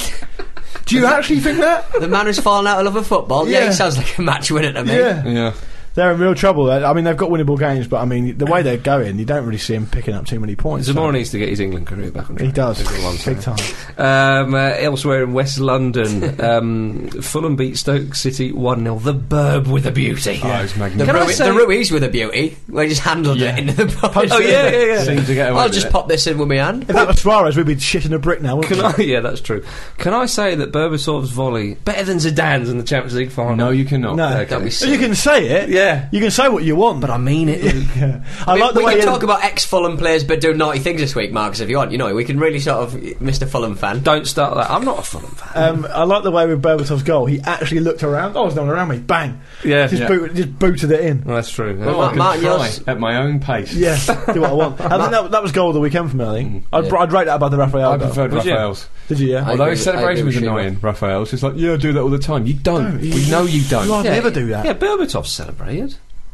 B: Do you actually think that?
A: The man who's fallen out of love with football. Yeah,
B: Yeah.
A: he sounds like a match winner to me.
B: Yeah.
D: Yeah.
B: They're in real trouble. I I mean, they've got winnable games, but I mean, the way they're going, you don't really see them picking up too many points.
C: Zamora
B: So-
C: needs to get his England career back on track.
B: He does.
C: That's all I'm saying.
B: Big time.
C: Um, uh, elsewhere in West London, um, Fulham beat Stoke City 1 0. The Burb with a beauty.
D: Oh, it was
A: The,
D: magnificent.
C: Can I
A: Rui-
C: say-
A: the Ruiz with a beauty. We just handled
D: Yeah.
A: it into the box.
C: Oh, yeah, yeah, yeah.
D: Seemed to get away
A: I'll
D: with
A: just
D: it.
A: pop this in with my hand.
B: If that was Suarez, we'd be shitting a brick now, wouldn't
C: Can
B: we?
C: I, yeah, that's true. Can I say that Berbatov's volley better than Zidane's in the Champions League final?
D: No, you cannot.
B: No.
A: Don't be
B: You
A: silly.
B: can say it.
C: Yeah.
B: You can say what you want,
C: But I mean it. Luke.
B: Yeah. I
A: we
B: like the
A: we
B: way
A: can
B: he-
A: talk about ex Fulham players but do naughty things this week, Marcus, if you want. You know, we can really sort of. Mr. Fulham fan.
C: Don't start that. I'm not a Fulham fan.
B: Um, I like the way with Berbatov's goal, he actually looked around. Oh, there's no one around me. Bang!
C: Yeah.
B: Just,
D: Yeah.
B: boot, just booted it in.
C: Well, that's true.
D: Oh,
A: Mark-
D: I can
A: Mark,
D: try
A: yours-
D: at my own pace.
B: Yeah, do what I want. I think that, that was goal of the weekend for me. I think I'd,
A: Yeah.
B: I'd rate that above the Raphael
D: I
B: goal.
D: preferred
C: Would you?
D: Raphael's.
B: Did you? Yeah.
A: I
D: Although
A: agree
D: his
A: with- I agree
D: celebration
A: with
D: was
A: Shearer.
D: annoying, Raphael's just like, yeah, I do that all the time. You don't.
B: No,
D: we
B: you-
D: know you don't.
B: I'd
C: Yeah.
B: never do that.
C: yeah, Berbatov celebrated. Well,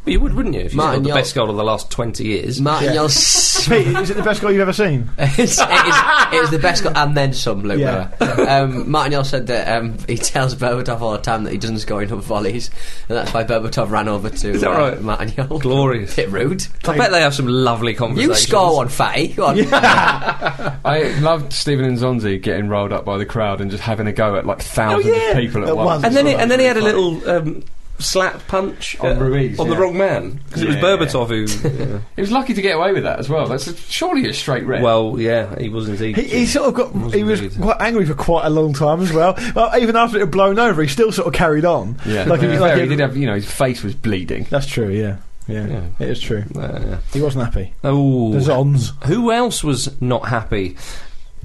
C: you would, wouldn't you? If you
A: Martin,
C: scored the
A: you're-
C: best goal of the last 20 years.
A: Martin,
B: Yeah.
A: you're s-
B: Pete, is it the best goal you've ever seen?
A: it's, it, is, it is the best goal, and then some, Luke
B: Yeah.
A: Miller. Um, Martin Yell said that um, he tells Berbatov all the time that he doesn't score enough volleys, and that's why Berbatov ran over to
C: Is that
A: uh,
C: right?
A: Martin Yell.
C: Glorious.
A: Bit rude.
C: I bet they have some lovely
A: You
C: conversations.
A: score one, fatty. Go on.
D: I loved Stephen Nzonzi getting rolled up by the crowd and just having a go at like thousands
C: yeah,
D: of people at,
B: at
D: once.
B: once.
C: And then, he, and then he had a
D: Like,
C: little um, slap punch
D: On Ruiz,
C: on the
D: yeah.
C: wrong man because
D: Yeah,
C: it was Berbatov who.
D: He was lucky to get away with that as well. That's a, surely a straight red.
C: Well, yeah, he was indeed.
B: He, he sort of got.
C: Wasn't
B: He was
C: really.
B: quite angry for quite a long time as well. well even after it had blown over, he still sort of carried on.
D: yeah.
B: Like
D: Like,
B: he-
D: he,
B: like he-
D: did have, you know, his face was bleeding.
B: That's true. Yeah. Yeah. It is true.
C: Uh,
B: He wasn't happy.
C: oh,
B: The Zons.
C: who else was not happy?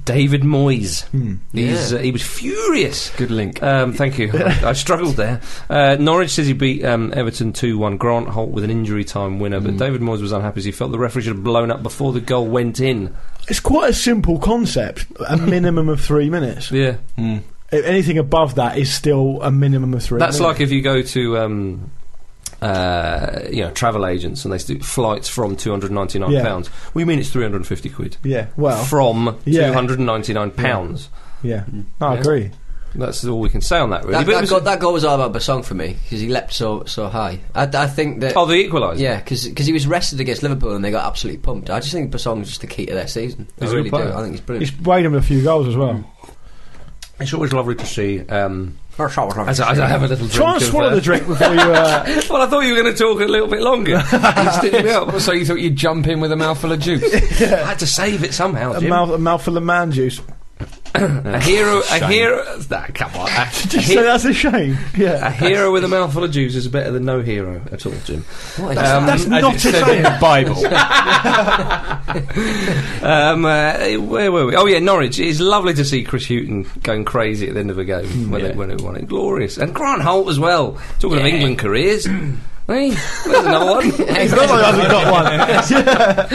C: David Moyes.
B: Hmm.
C: He's,
A: Yeah.
C: uh, he was furious.
D: Good
B: Uh,
D: link.
C: Um, thank you. I, I struggled there. Uh, Norwich City beat um, Everton 2 1. Grant Holt with an injury time winner, but David Moyes was unhappy as he felt the referee should have blown up before the goal went in.
B: It's quite a simple concept. A minimum of three minutes.
C: Yeah.
D: Mm.
B: If anything above that is still a minimum of three.
C: That's
B: minutes.
C: like if you go to. Um, uh, you know, travel agents, and they do flights from two hundred ninety nine
B: Yeah.
C: pounds. We mean it's three hundred and fifty quid
B: Yeah. Well.
C: from
B: Yeah.
C: two hundred ninety nine pounds.
B: yeah. I
C: Mm. Yeah.
B: agree.
C: That's all we can say on that, really.
A: That,
C: But it
A: that,
C: was-
A: goal, that goal was all about Basong for me because he leapt so so high. I, I think that.
C: oh, the equaliser.
A: Yeah, because he was rested against Liverpool and they got absolutely pumped. I just think Basong is just the key to their season.
C: He's
A: I
C: a
A: really
C: good
A: do.
C: player.
A: I think he's brilliant.
B: He's weighed him with a few goals as
C: Mm.
B: well.
C: it's always lovely to see. Um, as, I, as I have a little drink.
B: Try and
C: of,
B: swallow
C: uh,
B: the drink before you. Uh,
C: Well, I thought you were going to talk a little bit longer. You stitched me up.
D: So you thought you'd jump in with a mouthful of juice?
C: I had to save it somehow,
B: a,
C: Jim.
B: mouth, a mouthful of man juice.
C: a hero, a hero. Nah, come on. A, a
B: So
C: he-
B: that's a shame.
C: a
B: Yeah.
C: hero with a mouthful of juice is better than no hero at all, Jim.
A: What is that?
C: Um,
B: That's
C: as
B: not
C: it
B: a
C: said
B: shame.
C: in the
B: Bible.
C: Um, uh, where were we? Oh yeah, Norwich. It's lovely to see Chris Houghton going crazy at the end of a game when,
D: yeah.
C: it, when it won it. Glorious. And Grant Holt as well. Talking of
A: Yeah.
C: England careers. hey, there's another one.
B: He's not like hasn't got one.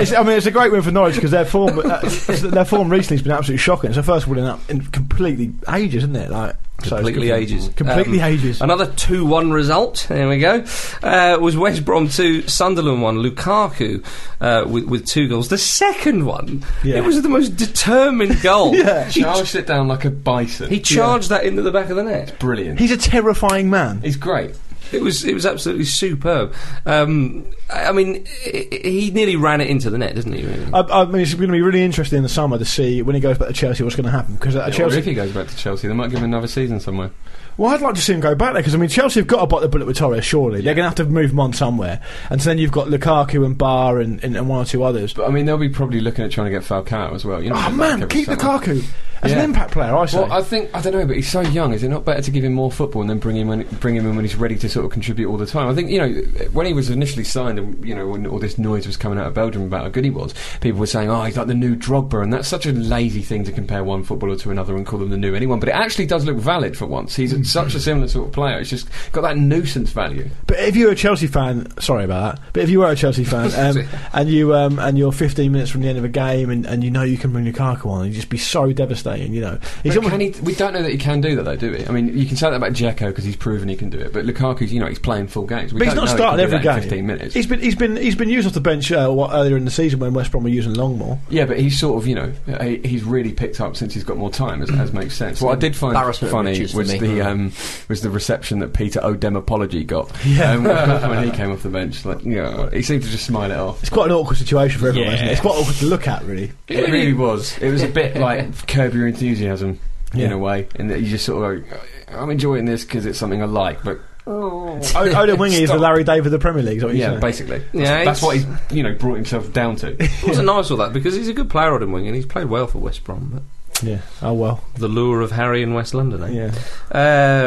B: it's, I mean, it's a great win for Norwich because their form, uh, their form recently has been absolutely shocking. It's the first win in, in completely ages, isn't it? Like so it's
C: Completely
B: good-
C: ages.
B: Completely
C: Um,
B: ages.
C: Another 2 1 result, there we go, uh, was West Brom 2, Sunderland 1, Lukaku uh, with, with two goals. The second one,
B: Yeah.
C: it was the most determined goal.
B: yeah,
D: Charged it down like a bison.
C: He charged that into the back of the net.
D: Brilliant.
B: he's a terrifying man.
D: He's great.
C: It was it was absolutely superb. Um, I I mean, i i- he nearly ran it into the net, didn't he? Really?
B: I, I mean, it's going to be really interesting in the summer to see when he goes back to Chelsea what's going to happen because
D: Or
B: Chelsea.
D: if he goes back to Chelsea, they might give him another season somewhere.
B: Well, I'd like to see him go back there because I mean Chelsea have got to bite the bullet with Torres. Surely they're going to have to move him on somewhere, and so then you've got Lukaku and Barr and, and, and one or two others.
D: But I mean, they'll be probably looking at trying to get Falcao as well. You know,
B: Oh
D: like
B: man,
D: every
B: keep
D: summer.
B: Lukaku as
D: Yeah.
B: an impact player. I say.
D: Well, I think I don't know, but he's so young. Is it not better to give him more football and then bring him when, bring him in when he's ready to sort of contribute all the time? I think you know when he was initially signed, and you know when all this noise was coming out of Belgium about how good he was, people were saying, "Oh, he's like the new Drogba," and that's such a lazy thing to compare one footballer to another and call them the new anyone. But it actually does look valid for once. He's
B: Mm.
D: such a similar sort of player. It's just got that nuisance value.
B: But if you were a Chelsea fan, sorry about that. But if you were a Chelsea fan um, and you um, and you're 15 minutes from the end of a game and, and you know you can bring Lukaku on, you'd just be so devastating. You know, he's
D: But
B: almost,
D: can he, we don't know that he can do that, though, do we? I mean, you can say that about Dzeko because he's proven he can do it. But Lukaku's, you know, he's playing full games. We
B: but he's
D: don't
B: not
D: know he
B: starting
D: can do
B: every
D: that in
B: game.
D: Fifteen minutes.
B: He's been he's been he's been used off the bench uh, what, earlier in the season when West Brom were using Longmore.
D: Yeah, but he's sort of, you know, he- he's really picked up since he's got more time, as, as makes sense. What I did find
A: Embarrassment of
D: funny
A: riches for
D: was
A: me.
D: the um, was the reception that Peter O'Demapology got
B: Yeah.
D: um, when he came off the bench. Like, you know, he seemed to just smile it off.
B: It's quite an awkward situation for everyone,
D: Yeah.
B: isn't it? It's quite awkward to look at, really.
D: It really was. It was a bit like curb your enthusiasm in
B: Yeah.
D: a way, and that you just sort of, go, I'm enjoying this because it's something I like, but
B: O- Odin Wingy is the Larry David of the Premier League. Is what you're
D: yeah,
B: saying.
D: basically,
C: Yeah, it's-
D: that's what he's you know brought himself down to.
C: It wasn't nice all that because he's a good player on wing and he's played well for West Brom.
B: yeah. Oh well.
C: But the lure of Harry in West London. Eh?
B: Yeah.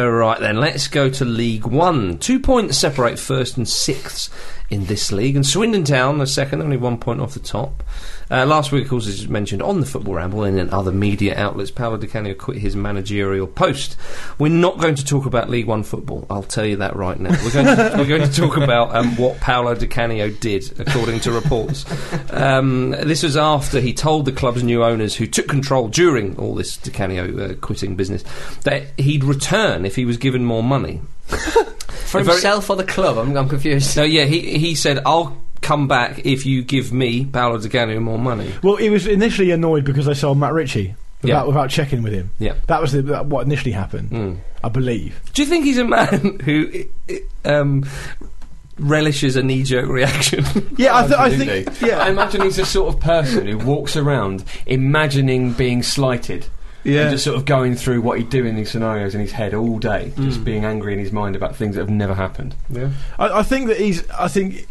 C: Uh, right then, let's go to League One. Two points separate first and sixths in this league, and Swindon Town the second, only one point off the top. Uh, last week, of course, as mentioned on the Football Ramble and in other media outlets, Paolo Di Canio quit his managerial post. We're not going to talk about League One football. I'll tell you that right now. We're going to, we're going to talk about um, what Paolo Di Canio did, according to reports. Um, this was after he told the club's new owners, who took control during all this Di Canio uh, quitting business, that he'd return if he was given more money.
A: for
C: a very-
A: himself or the club? I'm, I'm confused.
C: No, yeah, he he said, "I'll come back if you give me Paolo Di Canio more money."
B: Well, he was initially annoyed because they sold Matt Ritchie without,
C: Yeah.
B: without checking with him.
C: Yeah.
B: That was the, that, what initially happened,
C: Mm.
B: I believe.
C: Do you think he's a man who i- i- um, relishes a knee-jerk reaction?
B: Yeah, I, th- I
D: Absolutely.
B: think. Yeah,
D: I imagine he's the sort of person who walks around imagining being slighted. And just sort of going through what he'd do in these scenarios in his head all day, just being angry in his mind about things that have never happened.
C: yeah.
B: I, I think that he's. I think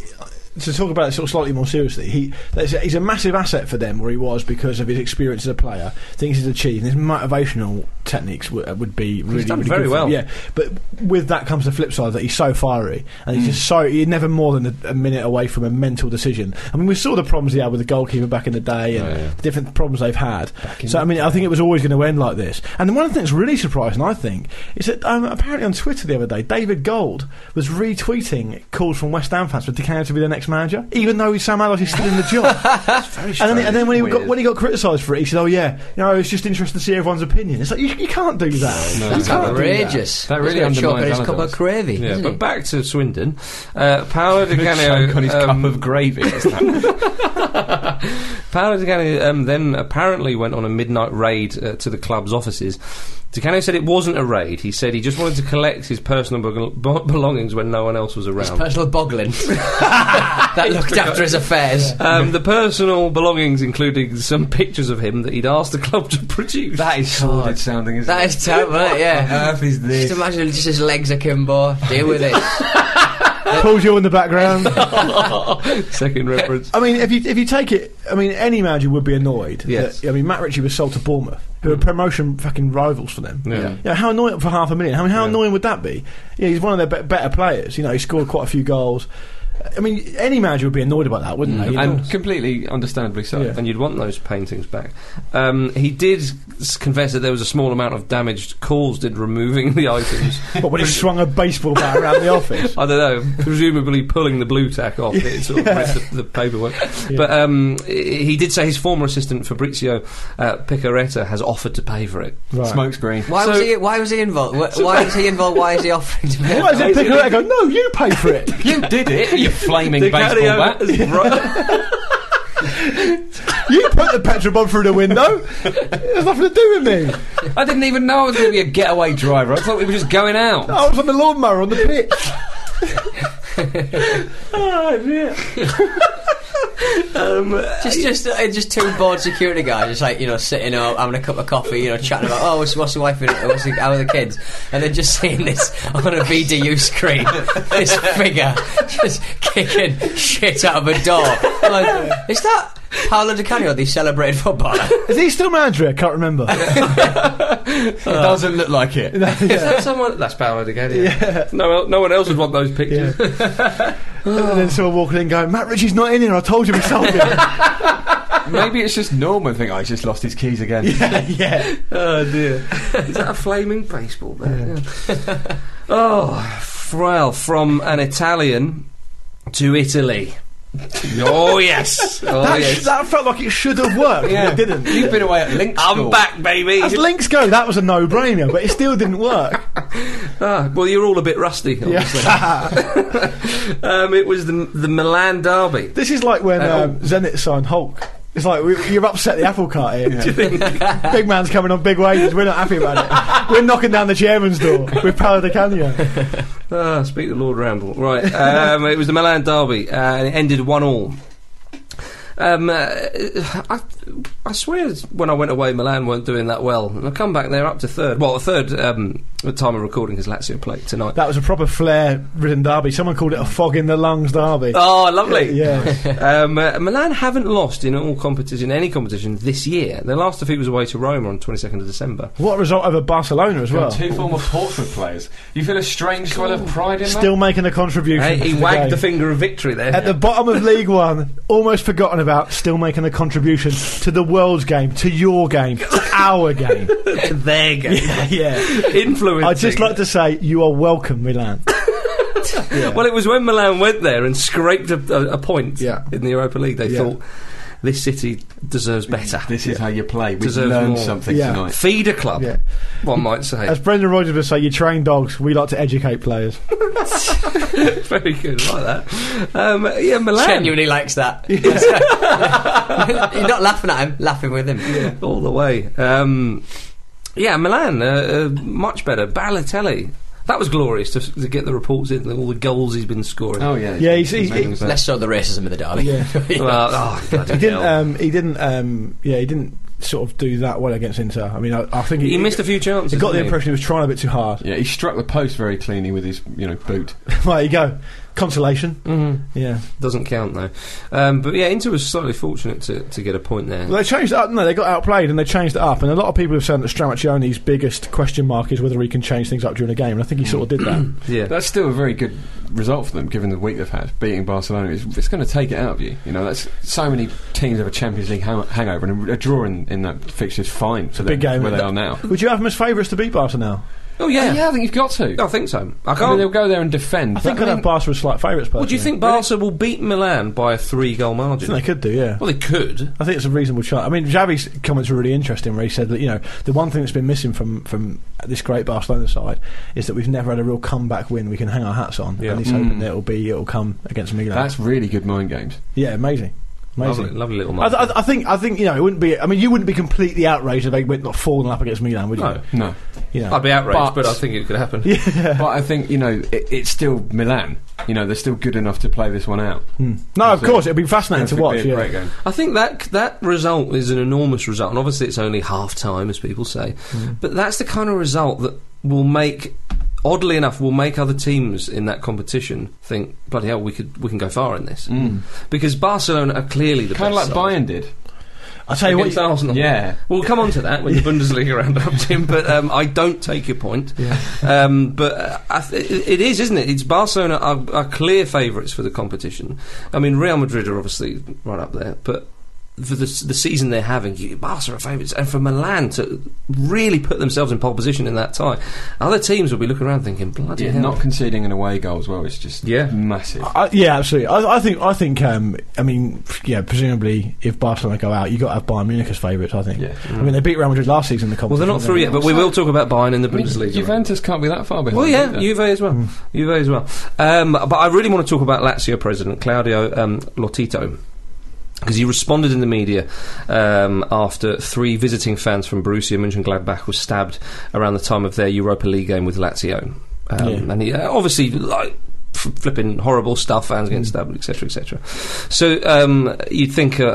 B: to talk about it sort of slightly more seriously, he there's a, he's a massive asset for them where he was because of his experience as a player, things he's achieved, and his motivational techniques w- uh, would be really,
C: done
B: really
C: very
B: good for
C: well.
B: him. Yeah, but with that comes the flip side that he's so fiery and
D: Mm.
B: he's just so he's never more than a, a minute away from a mental decision. I mean, we saw the problems he had with the goalkeeper back in the day and
D: Oh, Yeah, yeah.
B: the different problems they've had. So I mean, I think it was always going to end like this. And the one thing that's really surprising, I think, is that um, apparently on Twitter the other day, David Gold was retweeting calls from West Ham fans for DeCanio to be their next manager, even though he's Sam Allardyce is still in the job. and then, and then when he got
D: Weird.
B: when he got criticised for it, he said, "Oh yeah, you know, it's just interesting to see everyone's opinion." It's like you, you can't do that.
D: No,
A: That's
D: no, no.
A: outrageous.
D: That really
A: He's got a chalk on
D: undermines
A: his cup of
D: Allardyce.
A: gravy.
C: Yeah,
A: isn't
C: but
A: he?
C: back to Swindon. Uh, Paolo Di
D: Choke
C: Canio,
D: on his
C: um,
D: cup of gravy. It's that-
C: Paolo Di Canio um, then apparently went on a midnight raid uh, to the club's offices. Di Canio said it wasn't a raid. He said he just wanted to collect his personal bel- bel- belongings when no one else was
A: His
C: around.
A: personal boggling that looked after his affairs.
C: um, the personal belongings, including some pictures of him that he'd asked the club to produce.
D: that is sordid sounding, isn't
A: That
D: it?
A: is terrible, isn't it?
D: What on
A: yeah.
D: earth is this?
A: Just imagine just his legs akimbo. Deal with it.
B: Pulls you in the background.
C: Second reference.
B: I mean, if you if you take it, I mean, any manager would be annoyed.
C: Yes.
B: that- I mean, Matt Ritchie was sold to Bournemouth, who are promotion fucking rivals for them.
C: Yeah.
B: You know, how annoying for half a million? I mean, how annoying would that be? Yeah, he's one of their be- better players. You know, he scored quite a few goals. I mean, any manager would be annoyed about that, wouldn't they?
C: Hmm.
B: You know?
D: and completely understandably so.
B: Yeah.
C: and you'd want those paintings back. Um, he did s- confess that there was a small amount of damage caused in removing the items.
B: But when he swung a baseball bat around the office.
C: I don't know, presumably pulling the blue tack off it sort of ripped the, the paperwork.
B: Yeah.
C: But um, i- he did say his former assistant Fabrizio uh, Picaretta has offered to pay for it.
B: Right.
D: Smoke screen.
A: Why was he? Why was he involved? Wh- Why is he involved? Why is he offering to pay?
B: Why is it picking I go, no, you pay for it.
D: You did it, you flaming
C: Di
D: baseball
C: Canio
D: bat.
C: has bro-
B: you put the petrol bomb through the window. There's nothing to do with me.
D: I didn't even know I was going to be a getaway driver. I thought we were just going out.
B: I was on the lawnmower on the pitch.
C: Oh,
A: Just, just, uh, just two bored security guys, just like you know, sitting up, having a cup of coffee, you know, chatting about oh, what's, what's the wife, and what's the, how are the kids, and then just seeing this on a VDU screen, this figure just kicking shit out of a door. I'm Like, is that Paolo Di Canio, the celebrated footballer?
B: Is he still manager? I can't remember.
D: It doesn't look like it.
C: Is that someone? That's Paolo Di Canio. No, el- no one else would want those pictures.
B: and then someone walking in going, Matt Ritchie's not in here, I told you we sold him.
D: Maybe it's just normal. Think, oh, he's just lost his keys again.
B: yeah.
C: Oh dear. Is that a flaming baseball bat? Yeah. oh, well, from an Italian to Italy. Oh yes. Oh
B: That,
C: yes.
B: that felt like it should have worked, but it didn't.
D: You've been away at Link
C: I'm
D: School.
C: back, baby.
B: As links go, that was a no-brainer, but it still didn't work.
C: Ah, well, you're all a bit rusty. Obviously.
B: Yeah.
C: um, it was the the Milan derby.
B: this is like when
C: Uh,
B: um, Zenit signed Hulk. It's like we, you've upset the apple cart here. big man's coming on big wages. We're not happy about it. We're knocking down the chairman's door with Paolo Di Canio.
C: Ah, speak the Lord Ramble. Right. Um, it was the Milan derby, uh, and it ended one all. Um, uh, I, I swear, when I went away, Milan weren't doing that well. And I come back, they're up to third. Well, third um, at the time of recording because Lazio played tonight.
B: That was a proper flair-ridden derby. Someone called it a fog in the lungs derby.
C: Oh, lovely!
B: Yeah.
C: Um, uh, Milan haven't lost in all competition, any competition this year. Their last defeat was away to Roma on 22nd of December.
B: What a result over Barcelona as
D: You've got
B: well.
D: two former Portsmouth players. You feel a strange swell of pride in
B: Still making a contribution.
C: Hey, he
B: to the
C: wagged
B: game.
C: the finger of victory there.
B: At the bottom of League One, almost forgotten about, still making a contribution to the world's game, to your game, to our game.
C: there you go.
B: yeah.
C: Influencing.
B: I'd just like to say you are welcome, Milan.
C: Well, it was when Milan went there and scraped a, a, a point
B: Yeah.
C: in the Europa League. They
B: Yeah.
C: thought this city deserves better.
D: This is how you play. We
C: Deserves
D: learned
C: more.
D: something
B: Yeah.
D: tonight.
C: Feeder club,
B: Yeah.
C: one might say.
B: As Brendan Rodgers would say, you train dogs. We like to educate players.
C: Very good, I like that. Um, yeah, Milan.
A: Genuinely likes that. You're not laughing at him, laughing with him.
C: all the way. Um, yeah, Milan, uh, uh, much better. Balotelli. That was glorious to, to get the reports in, all the goals he's been scoring.
D: Oh yeah,
B: Yeah, he's- he's-
D: amazing,
B: he's-
D: isn't it?
A: Less so the racism of the derby.
B: Yeah.
C: Well, oh, bloody
B: He didn't.
C: hell.
B: Um, he didn't. Um, yeah, he didn't sort of do that well against Inter. I mean, I, I think he,
C: he missed a few chances.
B: It got the
C: didn't he?
B: impression he was trying a bit too hard.
D: Yeah, he struck the post very cleanly with his, you know, boot.
B: right, you go. Consolation.
C: Mhm.
B: Yeah.
C: Doesn't count though. Um, but yeah, Inter was slightly fortunate to, to get a point there.
B: Well, they changed it up. No, they got outplayed and they changed it up. And a lot of people have said that Stramaccioni's biggest question mark is whether he can change things up during a game. And I think he sort of did
D: Mm.
B: that.
C: yeah.
D: That's still a very good result for them, given the week they've had. Beating Barcelona, it's, it's going to take it out of you. You know, that's so many teams have a Champions League hang- hangover, and a draw in, in that fixture is fine for them
B: big game,
D: where they
B: isn't it?
D: are now.
B: Would you have him as favourites to beat Barca now?
C: oh
D: Yeah.
C: yeah.
D: I think you've got to.
C: I think so. I
D: I mean,
C: can't.
D: they'll go there and defend.
B: I think I'd have Barca as slight favourites.
C: well, do you
B: personally.
C: think Barca will beat Milan by a three-goal
B: I
C: margin?
B: think they could do, yeah.
C: Well, they could.
B: I think it's a reasonable chance. I mean, Xavi's comments were really interesting where he said that, you know, the one thing that's been missing from, from this great Barcelona side is that we've never had a real comeback win we can hang our hats on.
C: Yeah.
B: And he's hoping
D: Mm.
B: that it'll, be, it'll come against Milan.
D: That's really good mind games.
B: yeah, amazing. Amazing.
C: Lovely, lovely little
B: I,
C: margin.
B: th- I think I think you know it wouldn't be. I mean, you wouldn't be completely outraged if they went not falling up against Milan, would you?
C: No.
D: No.
B: You know.
C: I'd be outraged,
D: But-
C: but, I think it could happen.
D: but I think, you know, it, it's still Milan. You know, they're still good enough to play this one out.
B: Mm. No, of
D: So-
B: course it'd be fascinating
D: It's
B: to
D: gonna
B: watch.
D: be a
B: Yeah.
D: great game.
C: I think that that result is an enormous result, and obviously it's only half time, as people say.
D: Mm.
C: But that's the kind of result that will make, oddly enough, will make other teams in that competition think, "Bloody hell, we could we can go far in this,"
D: Mm.
C: because Barcelona are clearly the
D: Kind of like
C: best side.
D: Bayern did.
B: I tell you what,
C: against Arsenal.
D: Yeah.
C: We'll come on to that when the Bundesliga roundup, Tim. But um, I don't take your point.
B: Yeah.
C: Um, but uh, I th- it it is, isn't it? It's Barcelona are, are clear favourites for the competition. I mean, Real Madrid are obviously right up there, but for the, s- the season they're having, you, Barca are favourites, and for Milan to really put themselves in pole position in that tie, other teams will be looking around thinking, bloody hell.
D: Not conceding an away goal as well is just
C: Yeah.
D: massive.
B: I, yeah, absolutely. I, I think I think um, I mean yeah, presumably if Barcelona go out, you have got to have Bayern Munich as favourites. I think.
D: Yeah.
B: I mean, they beat Real Madrid last season in the
C: well,
B: competition.
C: they're not through
B: didn't
C: yet, but we will talk about Bayern in the
D: I mean,
C: Bundesliga. roundup.
D: Juventus can't be that far behind.
C: Well, yeah, Hmm.
D: either.
C: Juve as well. Juve as well. Um, but I really want to talk about Lazio president Claudio um, Lotito. Because he responded in the media um, after three visiting fans from Borussia Mönchengladbach were stabbed around the time of their Europa League game with Lazio, um,
B: Yeah.
C: and he uh, obviously like f- flipping horrible stuff, fans getting stabbed, etc., etc. So um, you'd think a,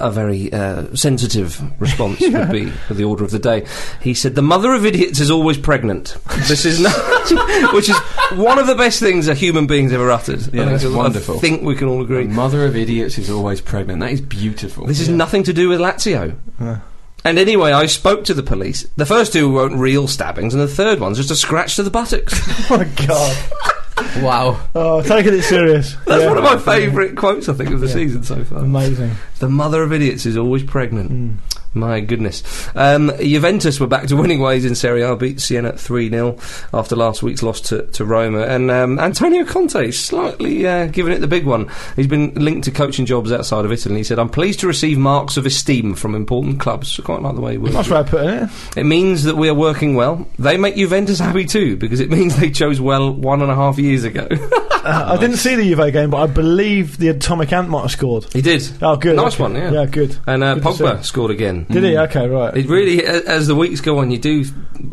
C: a, a very uh, sensitive response would be for the order of the day. He said, "The mother of idiots is always pregnant." This is not, which is one of the best things a human being's ever uttered. I
D: Yeah,
C: think
D: that's
C: it's-
D: wonderful.
C: I think we can all
D: The
C: agree.
D: mother of idiots is always pregnant. That is beautiful.
C: This is nothing to do with Lazio.
B: they? Yeah.
C: And anyway, I spoke to the police. The first two weren't real stabbings, and the third one's just a scratch to the buttocks.
B: Oh my god!
A: Wow.
B: Oh, taking it serious.
C: That's
B: Yeah.
C: one of my favourite quotes, I think, of the
B: Yeah.
C: season so far.
D: Mm.
B: Amazing.
C: The mother of idiots is always pregnant.
B: Mm.
C: My goodness. Um, Juventus were back to winning ways in Serie A, beat Siena 3 0 after last week's loss to, to Roma. And um, Antonio Conte slightly uh, giving it the big one. He's been linked to coaching jobs outside of Italy. And he said, I'm pleased to receive marks of esteem from important clubs. I quite like the way he words
B: That's
C: it.
B: the way of putting it.
C: It means that we are working well. They make Juventus happy too, because it means they chose well one and a half years ago.
B: Uh, I didn't see the Juve game, but I believe the Atomic Ant might have scored.
C: he did.
B: Oh, good.
C: Nice
B: Okay.
C: one, yeah.
B: Yeah, good.
C: And uh,
B: Good to
C: Pogba scored again.
B: Did he? Okay, right.
C: It really, a- as the weeks go on, you do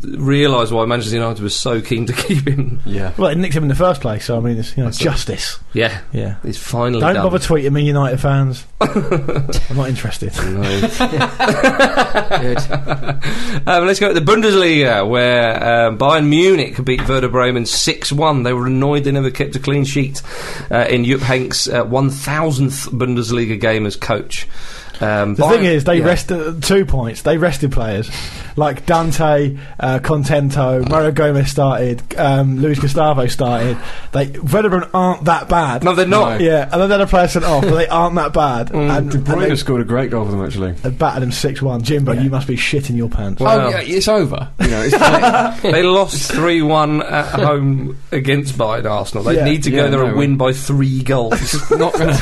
C: realise why Manchester United was so keen to keep him.
D: Yeah.
B: Well, it nicked him in the first place, so I mean, it's you know,
C: That's it.
B: justice.
C: Yeah,
B: Yeah.
C: it's finally
B: Don't
C: done.
B: bother tweeting me, United fans. I'm not interested.
C: No.
A: Good.
C: um, let's go to the Bundesliga, where um, Bayern Munich beat Werder Bremen 6 1. They were annoyed they never kept a clean sheet uh, in Jupp Heynck's uh, 1000th Bundesliga game as coach. Um,
B: The
C: Bayern-
B: thing is, they uh,
C: yeah.
B: rested two points. They rested players, like Dante, uh, Contento, Mario Gomez started, um, Luis Gustavo started. They Veteran aren't that bad.
C: No, they're not.
D: No.
B: Yeah, and then they had a player sent off, but they aren't that bad.
C: Mm.
B: and,
D: De
B: and
D: Bruyne
B: they,
D: scored a great goal for them actually.
B: they battered him six one. Jimbo, you must be shitting your pants.
C: Wow.
D: Oh, yeah, it's over. You know, it's like,
C: they lost 3 1 at home against Bayern Arsenal. They
B: Yeah.
C: need to
D: Yeah,
C: go there
D: no,
C: and
D: we-
C: win by three goals.
D: it's not going to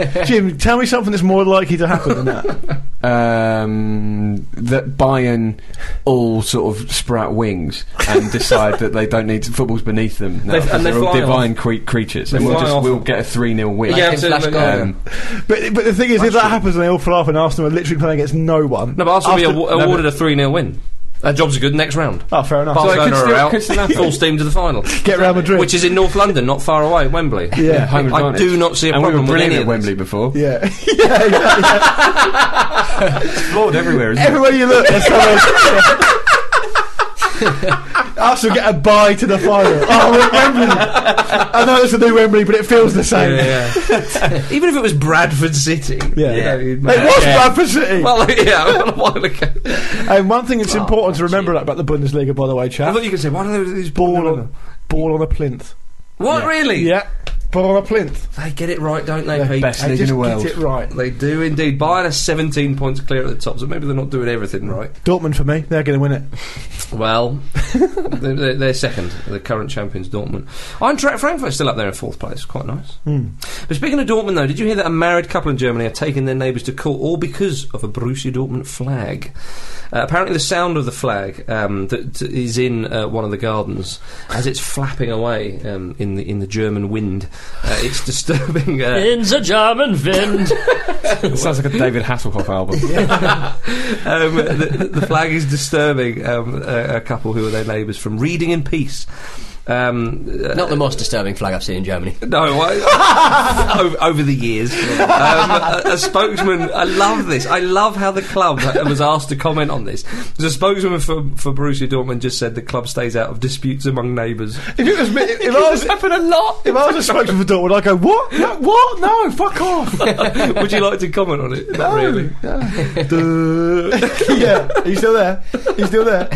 D: happen.
B: Jim, tell me something that's more likely to happen than that.
D: um, that Bayern all sort of sprout wings and decide that they don't need to, football's beneath them. Now,
C: They-
D: 'cause
C: and they
D: they're all
C: fly
D: divine cre- creatures,
C: They
D: and we'll
C: fly
D: just
C: off.
D: we'll get a three 0 win.
C: Yeah,
A: Like him
C: absolutely.
A: flash goal.
D: Um,
B: But but the thing is, if that happens and they all fall off, and Arsenal are literally playing against no one.
C: No, but Arsenal will be
B: After-
C: awa- awarded a 3 0 win. Their jobs are good next round.
B: Oh, fair enough.
D: So it could
C: Barcelona
D: still-
C: are
D: could still
C: out.
D: happen.
C: Full steam to the final.
B: Get Real Madrid.
C: Which is in North London, not far away, Wembley.
B: yeah.
D: home
C: I
D: advantage.
C: do not see a
D: and
C: problem
D: we
C: with
D: were brilliant
C: any
D: at
C: of this.
D: Wembley before.
B: Yeah.
D: Flawed everywhere. Isn't
B: Everywhere you look, there's someone. Arsenal get a bye to the final. Oh, we're at Wembley. I know it's a new Wembley, but it feels the same.
C: Yeah, yeah. Even if it was Bradford City.
B: Yeah.
C: you'd
B: it
C: make-
B: was
C: yeah.
B: Bradford City.
C: Well, yeah, a while ago.
B: and one thing that's important to remember about the Bundesliga, by the way,
C: I
B: chap,
C: thought you could say, why are these
B: ball
C: ball
B: on, ball on a plinth.
C: What, really?
B: Yeah, ball on a plinth.
C: They get it right, don't they, Pete?
D: best
B: And
D: league in
B: just
D: the world.
B: get it right.
C: They do indeed. Bayern are 17 points clear at the top, so maybe they're not doing everything right.
B: Dortmund for me. They're going to win it.
C: Well, they're, they're- they're second, the current champions, Dortmund. Eintracht Frankfurt still up there in fourth place. Quite nice. But speaking of Dortmund, though, did you hear that a married couple in Germany are taking their neighbours to court all because of a Borussia Dortmund flag? Uh, apparently, the sound of the flag um, that is in uh, one of the gardens as it's flapping away um, in the in the German wind, uh, it's disturbing. Uh,
E: In the German wind.
D: it? sounds like a David Hasselhoff album.
C: um, the, the flag is disturbing um, a, a couple who are their neighbours from reading in peace. Um, uh,
A: Not the most disturbing flag I've seen in Germany.
C: no, I, over, over the years, um, a, a spokesman. I love this. I love how the club was asked to comment on this. The spokesman for for Borussia Dortmund just said the club stays out of disputes among neighbours.
B: If it was me, if I was,
C: happened a lot.
B: if I was a spokesman for Dortmund, I'd go, what? No, what? No, fuck off.
C: Would you like to comment on it? Not really.
B: yeah, he's still there. He's still there.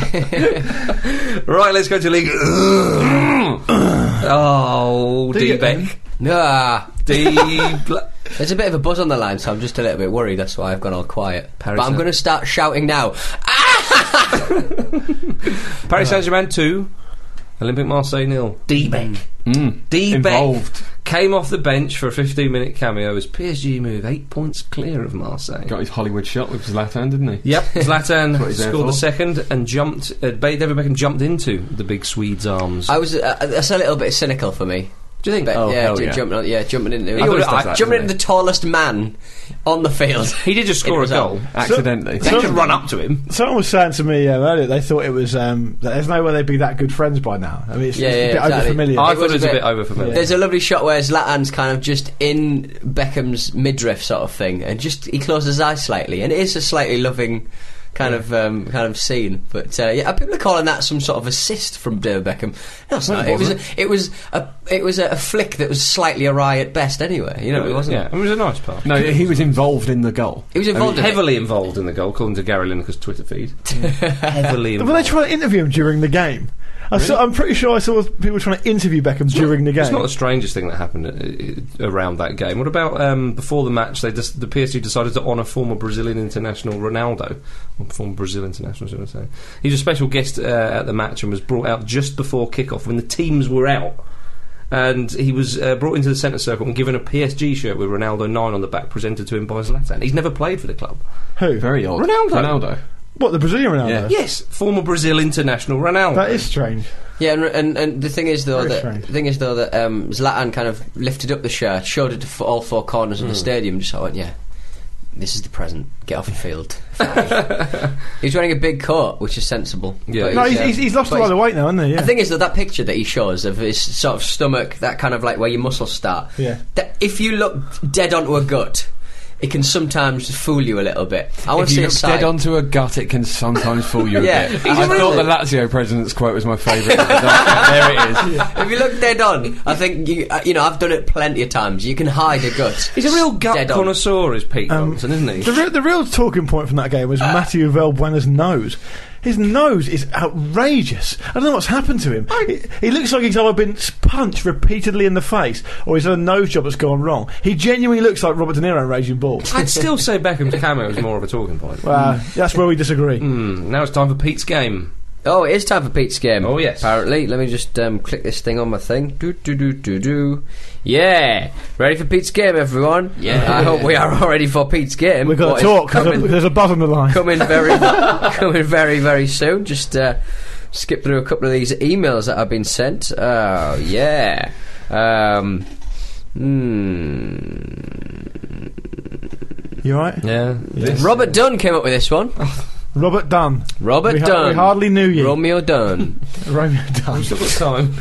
C: Right, let's go to league. oh,
B: Do you-
C: D-Beck.
A: Nah.
C: D. Bla-
A: There's a bit of a buzz on the line, so I'm just a little bit worried. That's why I've gone all quiet.
C: Paris
A: but I'm
C: Saint-
A: going to start shouting now.
C: Paris Saint Germain 2, Olympic Marseille nil. D Beck.
D: Mm.
C: D Beck
D: Involved.
C: came off the bench for a 15 minute cameo as PSG move eight points clear of Marseille.
D: Got his Hollywood shot with his left hand, didn't he?
C: Yep,
D: That's what
C: Zlatan
D: he's there
C: scored the
D: for.
C: second and jumped. Uh, Ba- David Beckham jumped into the big Swede's arms.
A: I was uh, that's a little bit cynical for me.
C: Do you think?
A: But
D: Oh,
A: yeah,
D: hell
A: ju-
D: yeah.
A: jumping on, yeah, jumping into
C: He always does that,
A: jumping
D: doesn't
A: into the tallest man on the field.
C: he did just score a
A: was
C: goal.
D: Accidentally.
C: They just run up to him.
B: Someone was saying to me um, earlier they thought it was um, that there's no way they'd be that good friends by now. I mean, it's,
A: Yeah,
B: it's
A: yeah,
B: a bit
A: exactly.
B: overfamiliar.
C: I
A: It was a
C: thought it was a bit
A: bit-
C: over for me.
A: There's a lovely shot where Zlatan's kind of just in Beckham's midriff sort of thing, and just he closes his eyes slightly, and it is a slightly loving kind of um, kind of scene. But uh, yeah, people are calling that some sort of assist from David Beckham. No, it's not. It was a, it was a it was a, a flick that was slightly awry at best. Anyway, you know, it wasn't.
C: Yeah, it was a nice pass.
D: No, he was involved in the goal.
A: He was involved in it.
C: Heavily involved in the goal, according to Gary Lineker's Twitter feed. Heavily
B: Were they
C: involved.
B: trying to interview him during the game? I saw, I'm pretty sure I saw people trying to interview Beckham during the game.
C: It's not the strangest thing that happened uh, uh, around that game. What about um, before the match? They just, the PSG decided to honour former Brazilian international Ronaldo, or former Brazil international, should I say? He was a special guest uh, at the match and was brought out just before kickoff when the teams were out. And he was uh, brought into the centre circle and given a PSG shirt with Ronaldo 9 on the back, presented to him by Zlatan. He's never played for the club.
B: Who?
D: Very odd.
C: Ronaldo.
D: Ronaldo.
B: What, the Brazilian Ronaldo?
C: Yes, former Brazil international Ronaldo.
B: That is strange.
A: Yeah, and, and and the thing is though
B: Very
A: that
B: strange.
A: the thing is though that um, Zlatan kind of lifted up the shirt, showed it to f- all four corners of
B: Hmm.
A: the stadium, just sort of went, yeah, this is the present. Get off the field. he was wearing a big coat, which is sensible.
C: Yeah.
A: But
B: No, he's,
A: um,
B: he's, he's lost a
A: but
B: lot
A: he's-
B: of weight now, hasn't he? Yeah.
A: The thing is though that picture that he shows of his sort of stomach, that kind of like where your muscles start.
B: Yeah.
A: That if you look dead onto a gut. it can sometimes fool you a little bit. I want
D: If
A: to
D: you
A: see a
D: look
A: side.
D: dead onto a gut, it can sometimes fool you a
A: Yeah.
D: bit.
A: He's
D: I
A: really-
D: thought the Lazio president's quote was my favourite. there it is.
A: if you look dead on, I think you uh, you know I've done it plenty of times. You can hide a gut.
C: He's a real gut
A: Dead on.
C: connoisseur, is Pete
B: Um,
C: Johnson, isn't he?
B: The, re- the real talking point from that game was Matthew Valbuena's nose. His nose is outrageous. I don't know what's happened to him. He, he looks like he's either been s- punched repeatedly in the face or he's had a nose job that's gone wrong. He genuinely looks like Robert De Niro in Raging Bull.
C: I'd still say Beckham's cameo is more of a talking point.
B: Uh, That's where we disagree.
C: Hmm, now it's time for Pete's game.
A: Oh, it is time for Pete's game.
C: Oh, yes.
A: Apparently, let me just um, click this thing on my thing. Do do do do do. Yeah, ready for Pete's game, everyone. Yeah, I hope we are all ready for Pete's game.
B: We've got
A: What is
B: to talk. There's a,
A: Coming,
B: there's a buzz on the line.
A: coming very, coming very, very soon. Just uh, skip through a couple of these emails that have been sent. Oh yeah. Um, hmm.
B: You alright?
C: Yeah.
A: Robert Dunn came up with this one.
B: Robert Dunn.
A: Robert
B: we, ha-
A: Dunn.
B: we hardly knew you.
A: Romeo Dunn.
B: Romeo Dunn.
C: Still got time.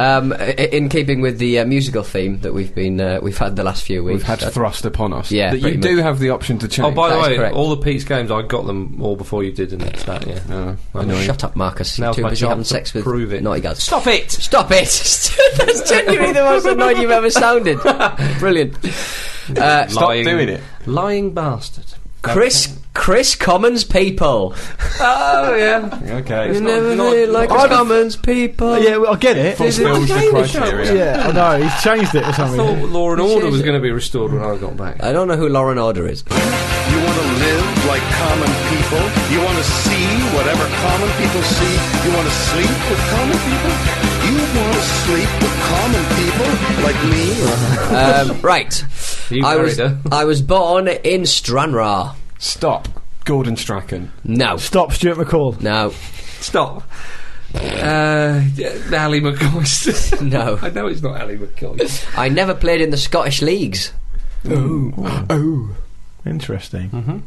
A: um, i- in keeping with the uh, musical theme that we've been uh, we've had the last few weeks.
D: We've had thrust upon us.
A: Yeah,
D: that you
A: pretty
D: do have the option to change.
C: Oh, by the
A: That is
C: way,
A: correct.
C: all the Pete's games, I got them all before you did, and that, yeah.
D: No,
C: I
D: annoying.
A: Shut up, Marcus. You're
C: Now's
A: too
C: my
A: busy
C: chance
A: having
C: to
A: sex with
C: prove it.
A: naughty girls.
C: Stop it!
A: Stop it! That's genuinely the most annoyed you've ever sounded. Brilliant. Uh,
D: Stop doing it.
C: Lying bastard.
A: Chris Chris Commons people.
C: Oh, yeah.
D: Okay.
A: You
D: it's not-
A: never
C: not-
A: knew like
B: I've-
A: Commons people.
B: Yeah, well, I get it.
D: Fulfills the criteria.
B: Yeah, I know. He's changed it or
C: I
B: something.
C: thought Oh, Law and
A: This
C: Order
A: is-
C: was going to be restored when I got back.
A: I don't know who Lauren Order is.
F: You want to live like common people? You want to see whatever common people see? You want to sleep with common people? You want to sleep with common people like me?
A: Um, right.
C: You
A: I was
C: married her.
A: I was born in Stranraer.
D: Stop. Gordon Strachan.
A: No,
B: Stop, Stuart McCall.
A: no,
C: Stop. Uh, yeah, Ali McCoy.
A: no.
C: I know it's not Ali McCoy.
A: I never played in the Scottish leagues.
B: Interesting.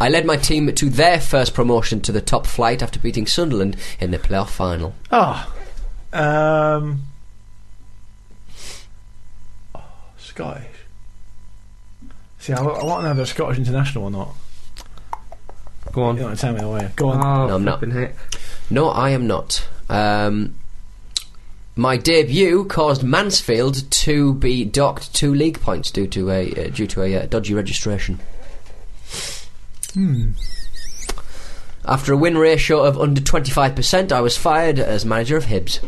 A: I led my team to their first promotion to the top flight after beating Sunderland in the playoff final.
B: Ah. Um. Scottish. See, I, I want to know if they're Scottish international or not.
C: Go
B: You
C: on.
B: don't tell me away. Go on.
C: Oh,
A: No, I'm not.
C: flipping heck.
A: No, I am not. Um, my debut caused Mansfield to be docked two league points due to a uh, due to a uh, dodgy registration.
B: Hmm.
A: After a win ratio of under twenty five percent, I was fired as manager of Hibs.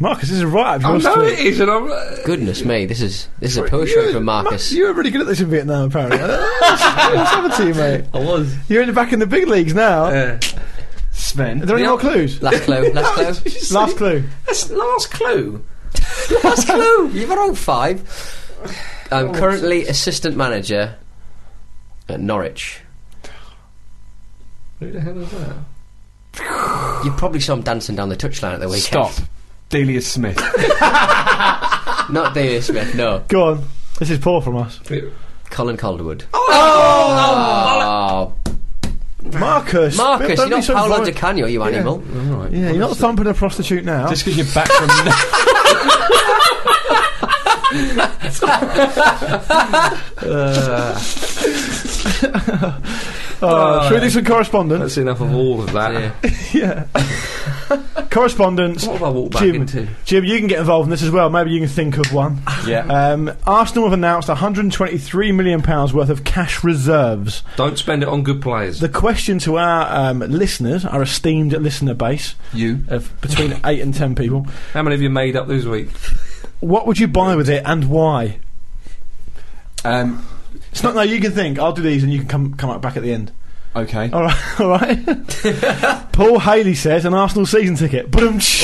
B: Marcus, this is right up
C: I
B: your
C: know
B: street.
C: it is, and I'm. Uh,
A: Goodness me, this is this is a poetry from Marcus.
B: You were really good at this in Vietnam, apparently. What's happened to you, mate?
C: I was.
B: You're in the back in the big leagues now. Are
C: Uh,
D: Sven.
B: there any
C: the
B: more
C: old-
B: clues?
A: Last clue, last clue,
B: Last clue.
C: that's last clue.
A: last clue. You've had all five.
B: Oh,
A: I'm currently assistant manager at Norwich.
C: Who the hell is that?
A: You probably saw him dancing down the touchline at the weekend.
D: Stop. Delia Smith.
A: Not David Smith, no.
B: Go on. This is poor from us.
A: Colin Calderwood.
C: Oh!
A: Oh,
B: Marcus.
A: Marcus,
B: don't
A: you're
B: be
A: not
B: so
A: Paolo
B: violent.
A: Di Canio, you animal.
C: Alright.
B: Yeah, you're not thumping a prostitute now.
D: Just because you're back from.
B: Uh, should we do some correspondence?
C: That's enough of all of that.
B: Yeah. correspondence.
C: What have I walked back
B: Jim,
C: into? Ah.
B: Jim, you can get involved in this as well. Maybe you can think of one.
D: yeah.
B: Um, Arsenal have announced £123 million worth of cash reserves.
C: Don't spend it on good players.
B: The question to our um, listeners, our esteemed listener base
D: You.
B: of between 8 and 10 people,
C: How many of you made up this week?
B: what would you buy with it and why?
D: Um,
B: It's not, no, you can think. I'll do these and you can come, come up back at the end.
D: okay.
B: All right, all right. Paul Haley says an Arsenal season ticket. Boom. Right?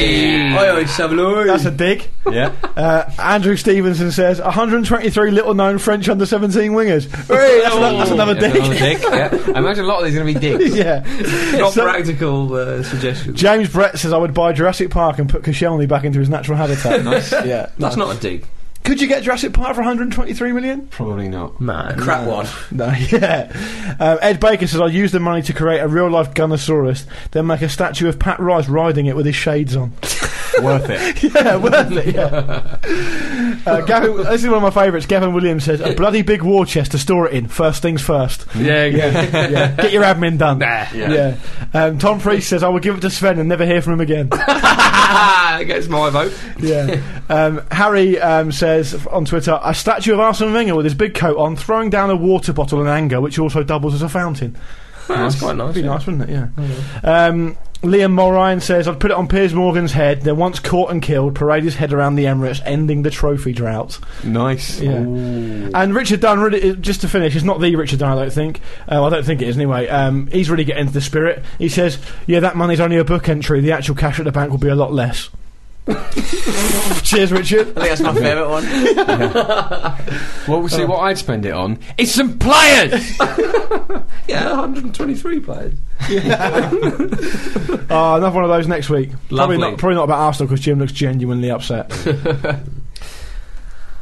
A: Oi, oi, Savaloy.
B: That's a dig.
D: Yeah.
B: Uh, Andrew Stevenson says 123 little known French under 17 wingers. Hey,
A: Oh,
B: that's, ano- that's another
D: Yeah,
B: dig.
D: dick. yeah. I imagine a lot of these are going to be dicks.
B: yeah.
C: Not
B: So-
C: practical uh, suggestions.
B: James Brett says I would buy Jurassic Park and put Koscielny back into his natural habitat. nice. Yeah.
C: That's not a dig.
B: Could you get Jurassic Park for 123 million?
D: Probably not.
C: Man.
A: crap one.
B: Uh, No. Yeah. Um, Ed Baker says I use the money to create a real life Gunnosaurus, then make a statue of Pat Rice riding it with his shades on.
D: worth it.
B: yeah, worth it. Yeah. Uh, Gavin, this is one of my favourites. Gavin Williams says, "A bloody big war chest to store it in. First things first.
C: Yeah, yeah.
B: Yeah. Get your admin done."
C: Nah.
B: Yeah. Um, Tom Priest says, "I will give it to Sven and never hear from him again."
C: that gets my vote.
B: yeah. Um, Harry um, says on Twitter, "A statue of Arsene Wenger with his big coat on, throwing down a water bottle in anger, which also doubles as a fountain.
C: That's quite
B: That'd
C: nice.
B: be
C: yeah.
B: nice, wouldn't it? Yeah." Um, Liam Morine says, I'd put it on Piers Morgan's head, then once caught and killed, parade his head around the Emirates, ending the trophy drought.
D: Nice.
B: Yeah. And Richard Dunn, really, just to finish, it's not the Richard Dunn, I don't think. Uh, I don't think it is anyway. Um, he's really getting into the spirit. He says, Yeah, that money's only a book entry. The actual cash at the bank will be a lot less. Cheers, Richard.
A: I think that's my favourite one.
D: Well, we'll see what I'd spend it on. It's some players.
C: Yeah, 123 players.
B: Uh, another one of those next week. Probably
C: Lovely.
B: not, probably not about Arsenal because Jim looks genuinely upset.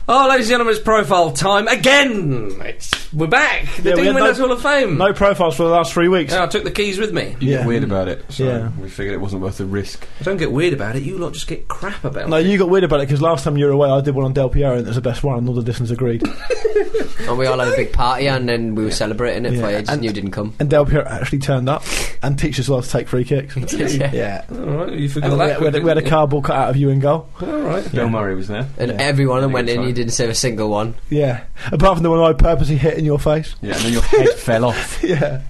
C: Oh, ladies and gentlemen, it's profile time again. It's, we're back. The
B: Yeah, we
C: Dean
B: had no-
C: Winners Hall of Fame.
B: no profiles for the last three weeks.
C: Yeah, I took the keys with me.
D: You
B: Yeah.
D: get weird about it, so
B: Yeah.
D: we figured it wasn't worth the risk.
C: I don't get weird about it. You lot just get crap about
B: No,
C: it.
B: you got weird about it because last time you were away, I did one on Del Piero and it was the best one, and all the listeners agreed.
A: And we all had a big party and then we were celebrating it
B: Yeah.
A: for ages
B: And-
A: and you didn't come.
B: and Del Piero actually turned up and teaches us to take free kicks.
A: Yeah.
B: yeah.
C: All right, you forgot
B: And we,
C: that.
B: had, we, had,
C: quick,
B: we had a
C: didn't
B: cardboard cut out of you in goal.
C: you? All right.
D: Bill Murray was there.
A: And
B: Yeah.
A: everyone of them
D: I
A: went
D: think
A: in,
D: so.
A: you didn't save a single one.
B: Yeah. Apart from the one I purposely hit in your face.
D: Yeah, and then your head fell off.
B: Yeah.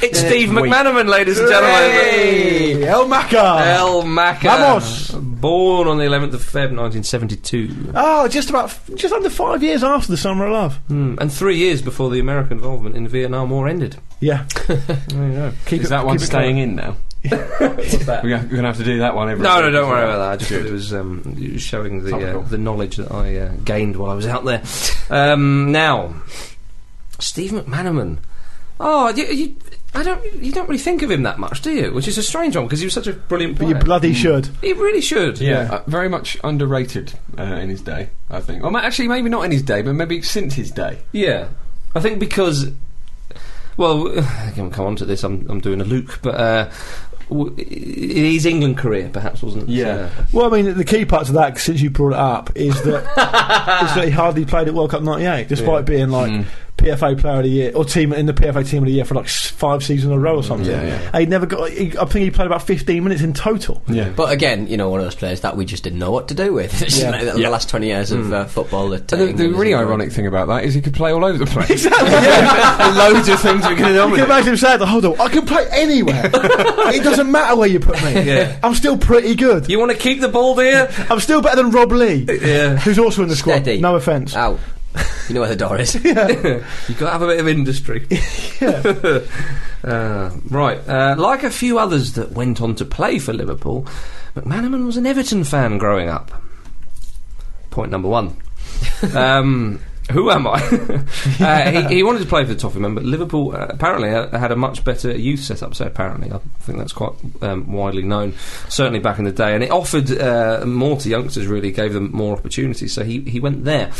C: It's Steve
D: Wait.
C: McManaman, ladies and gentlemen.
B: Hey, El Maca.
C: El Maca.
B: Vamos.
C: Born on the 11th of Feb 1972.
B: Oh, just about, f- just under five years after the Summer of Love.
C: Hmm, And three years before the American involvement in the Vietnam War ended.
B: Yeah.
C: There you go.
B: Keep
D: Is
B: it-
D: that one
B: keep it
D: staying
B: going.
D: in now?
C: What's that?
D: We're going to have to do that one every.
C: No, no,
D: week,
C: don't worry
D: isn't it?
C: about that. I just
D: Good.
C: thought it was um, it was showing the uh,
D: Topical.
C: the knowledge that I uh, gained while I was out there. Um, now, Steve McManaman. Oh, you, you, I don't. You don't really think of him that much, do you? Which is a strange one because he was such a brilliant
B: But
C: player.
B: you bloody should.
C: he really should.
D: Yeah,
B: Yeah.
D: uh, very much underrated uh, in his day, I think. Or ma- actually, maybe not in his day, but maybe since his day.
C: Yeah, I think because. Well, I can come on to this. I'm, I'm doing a Luke, but uh, w- his England career perhaps wasn't.
D: Yeah.
C: uh,
B: Well, I mean, the key part to that, since you brought it up, is that, is that he hardly played at World Cup 98, despite being like
D: Hmm.
B: PFA Player of the Year or team in the PFA Team of the Year for like s- five seasons in a row or something.
D: Hmm, Yeah, yeah.
B: He never got. He, I think he played about 15 minutes in total.
D: Yeah.
A: But again, you know, one of those players that we just didn't know what to do with. It's
B: Yeah. Hmm.
A: like the, the last 20 years of uh, football. That, uh,
D: And the, the
A: England is
D: really
A: in.
D: ironic thing about that is he could play all over the place. Exactly. loads of things we could have done
B: You
D: with
B: can
D: it.
B: imagine him saying, "Hold on, I can play anywhere. it doesn't matter where you put me.
C: Yeah.
B: I'm still pretty good.
C: You want to keep the ball, dear?
B: I'm still better than Rob Lee,
C: yeah.
B: who's also in the squad.
A: Steady. Uh,
B: No offence.
A: Ow. You know where the door is.
C: You've got to have a bit of industry. uh, right. Uh, like a few others that went on to play for Liverpool, McManaman was an Everton fan growing up. Point number one. um, who am I? uh, he, he wanted to play for the Toffee Men, but Liverpool uh, apparently uh, had a much better youth setup. So apparently, I think that's quite um, widely known, certainly back in the day. And it offered uh, more to youngsters. Really, gave them more opportunities. So he, he went there,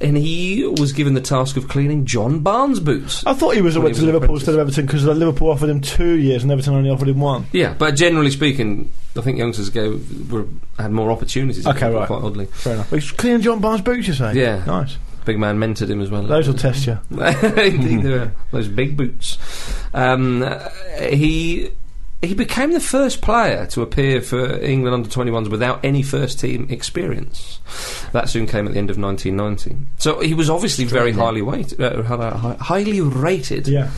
C: and he was given the task of cleaning John Barnes' boots.
B: I thought he was
C: When
B: away
C: he
B: to
C: was
B: Liverpool
C: apprentice.
B: instead of Everton because Liverpool offered him two years and Everton only offered him one.
C: Yeah, but generally speaking, I think youngsters gave, were, had more opportunities.
B: Okay, right.
C: Quite oddly,
B: Fair enough. He's cleaning John Barnes' boots, you say?
C: Yeah.
B: Nice.
C: big man mentored him as well.
B: Those will test you.
C: Indeed, they were. Those big boots. Um, uh, he he became the first player to appear for England under 21s without any first team experience. That soon came at the end of 1990. So he was obviously very highly weight, uh, hi- highly rated.
B: Yeah.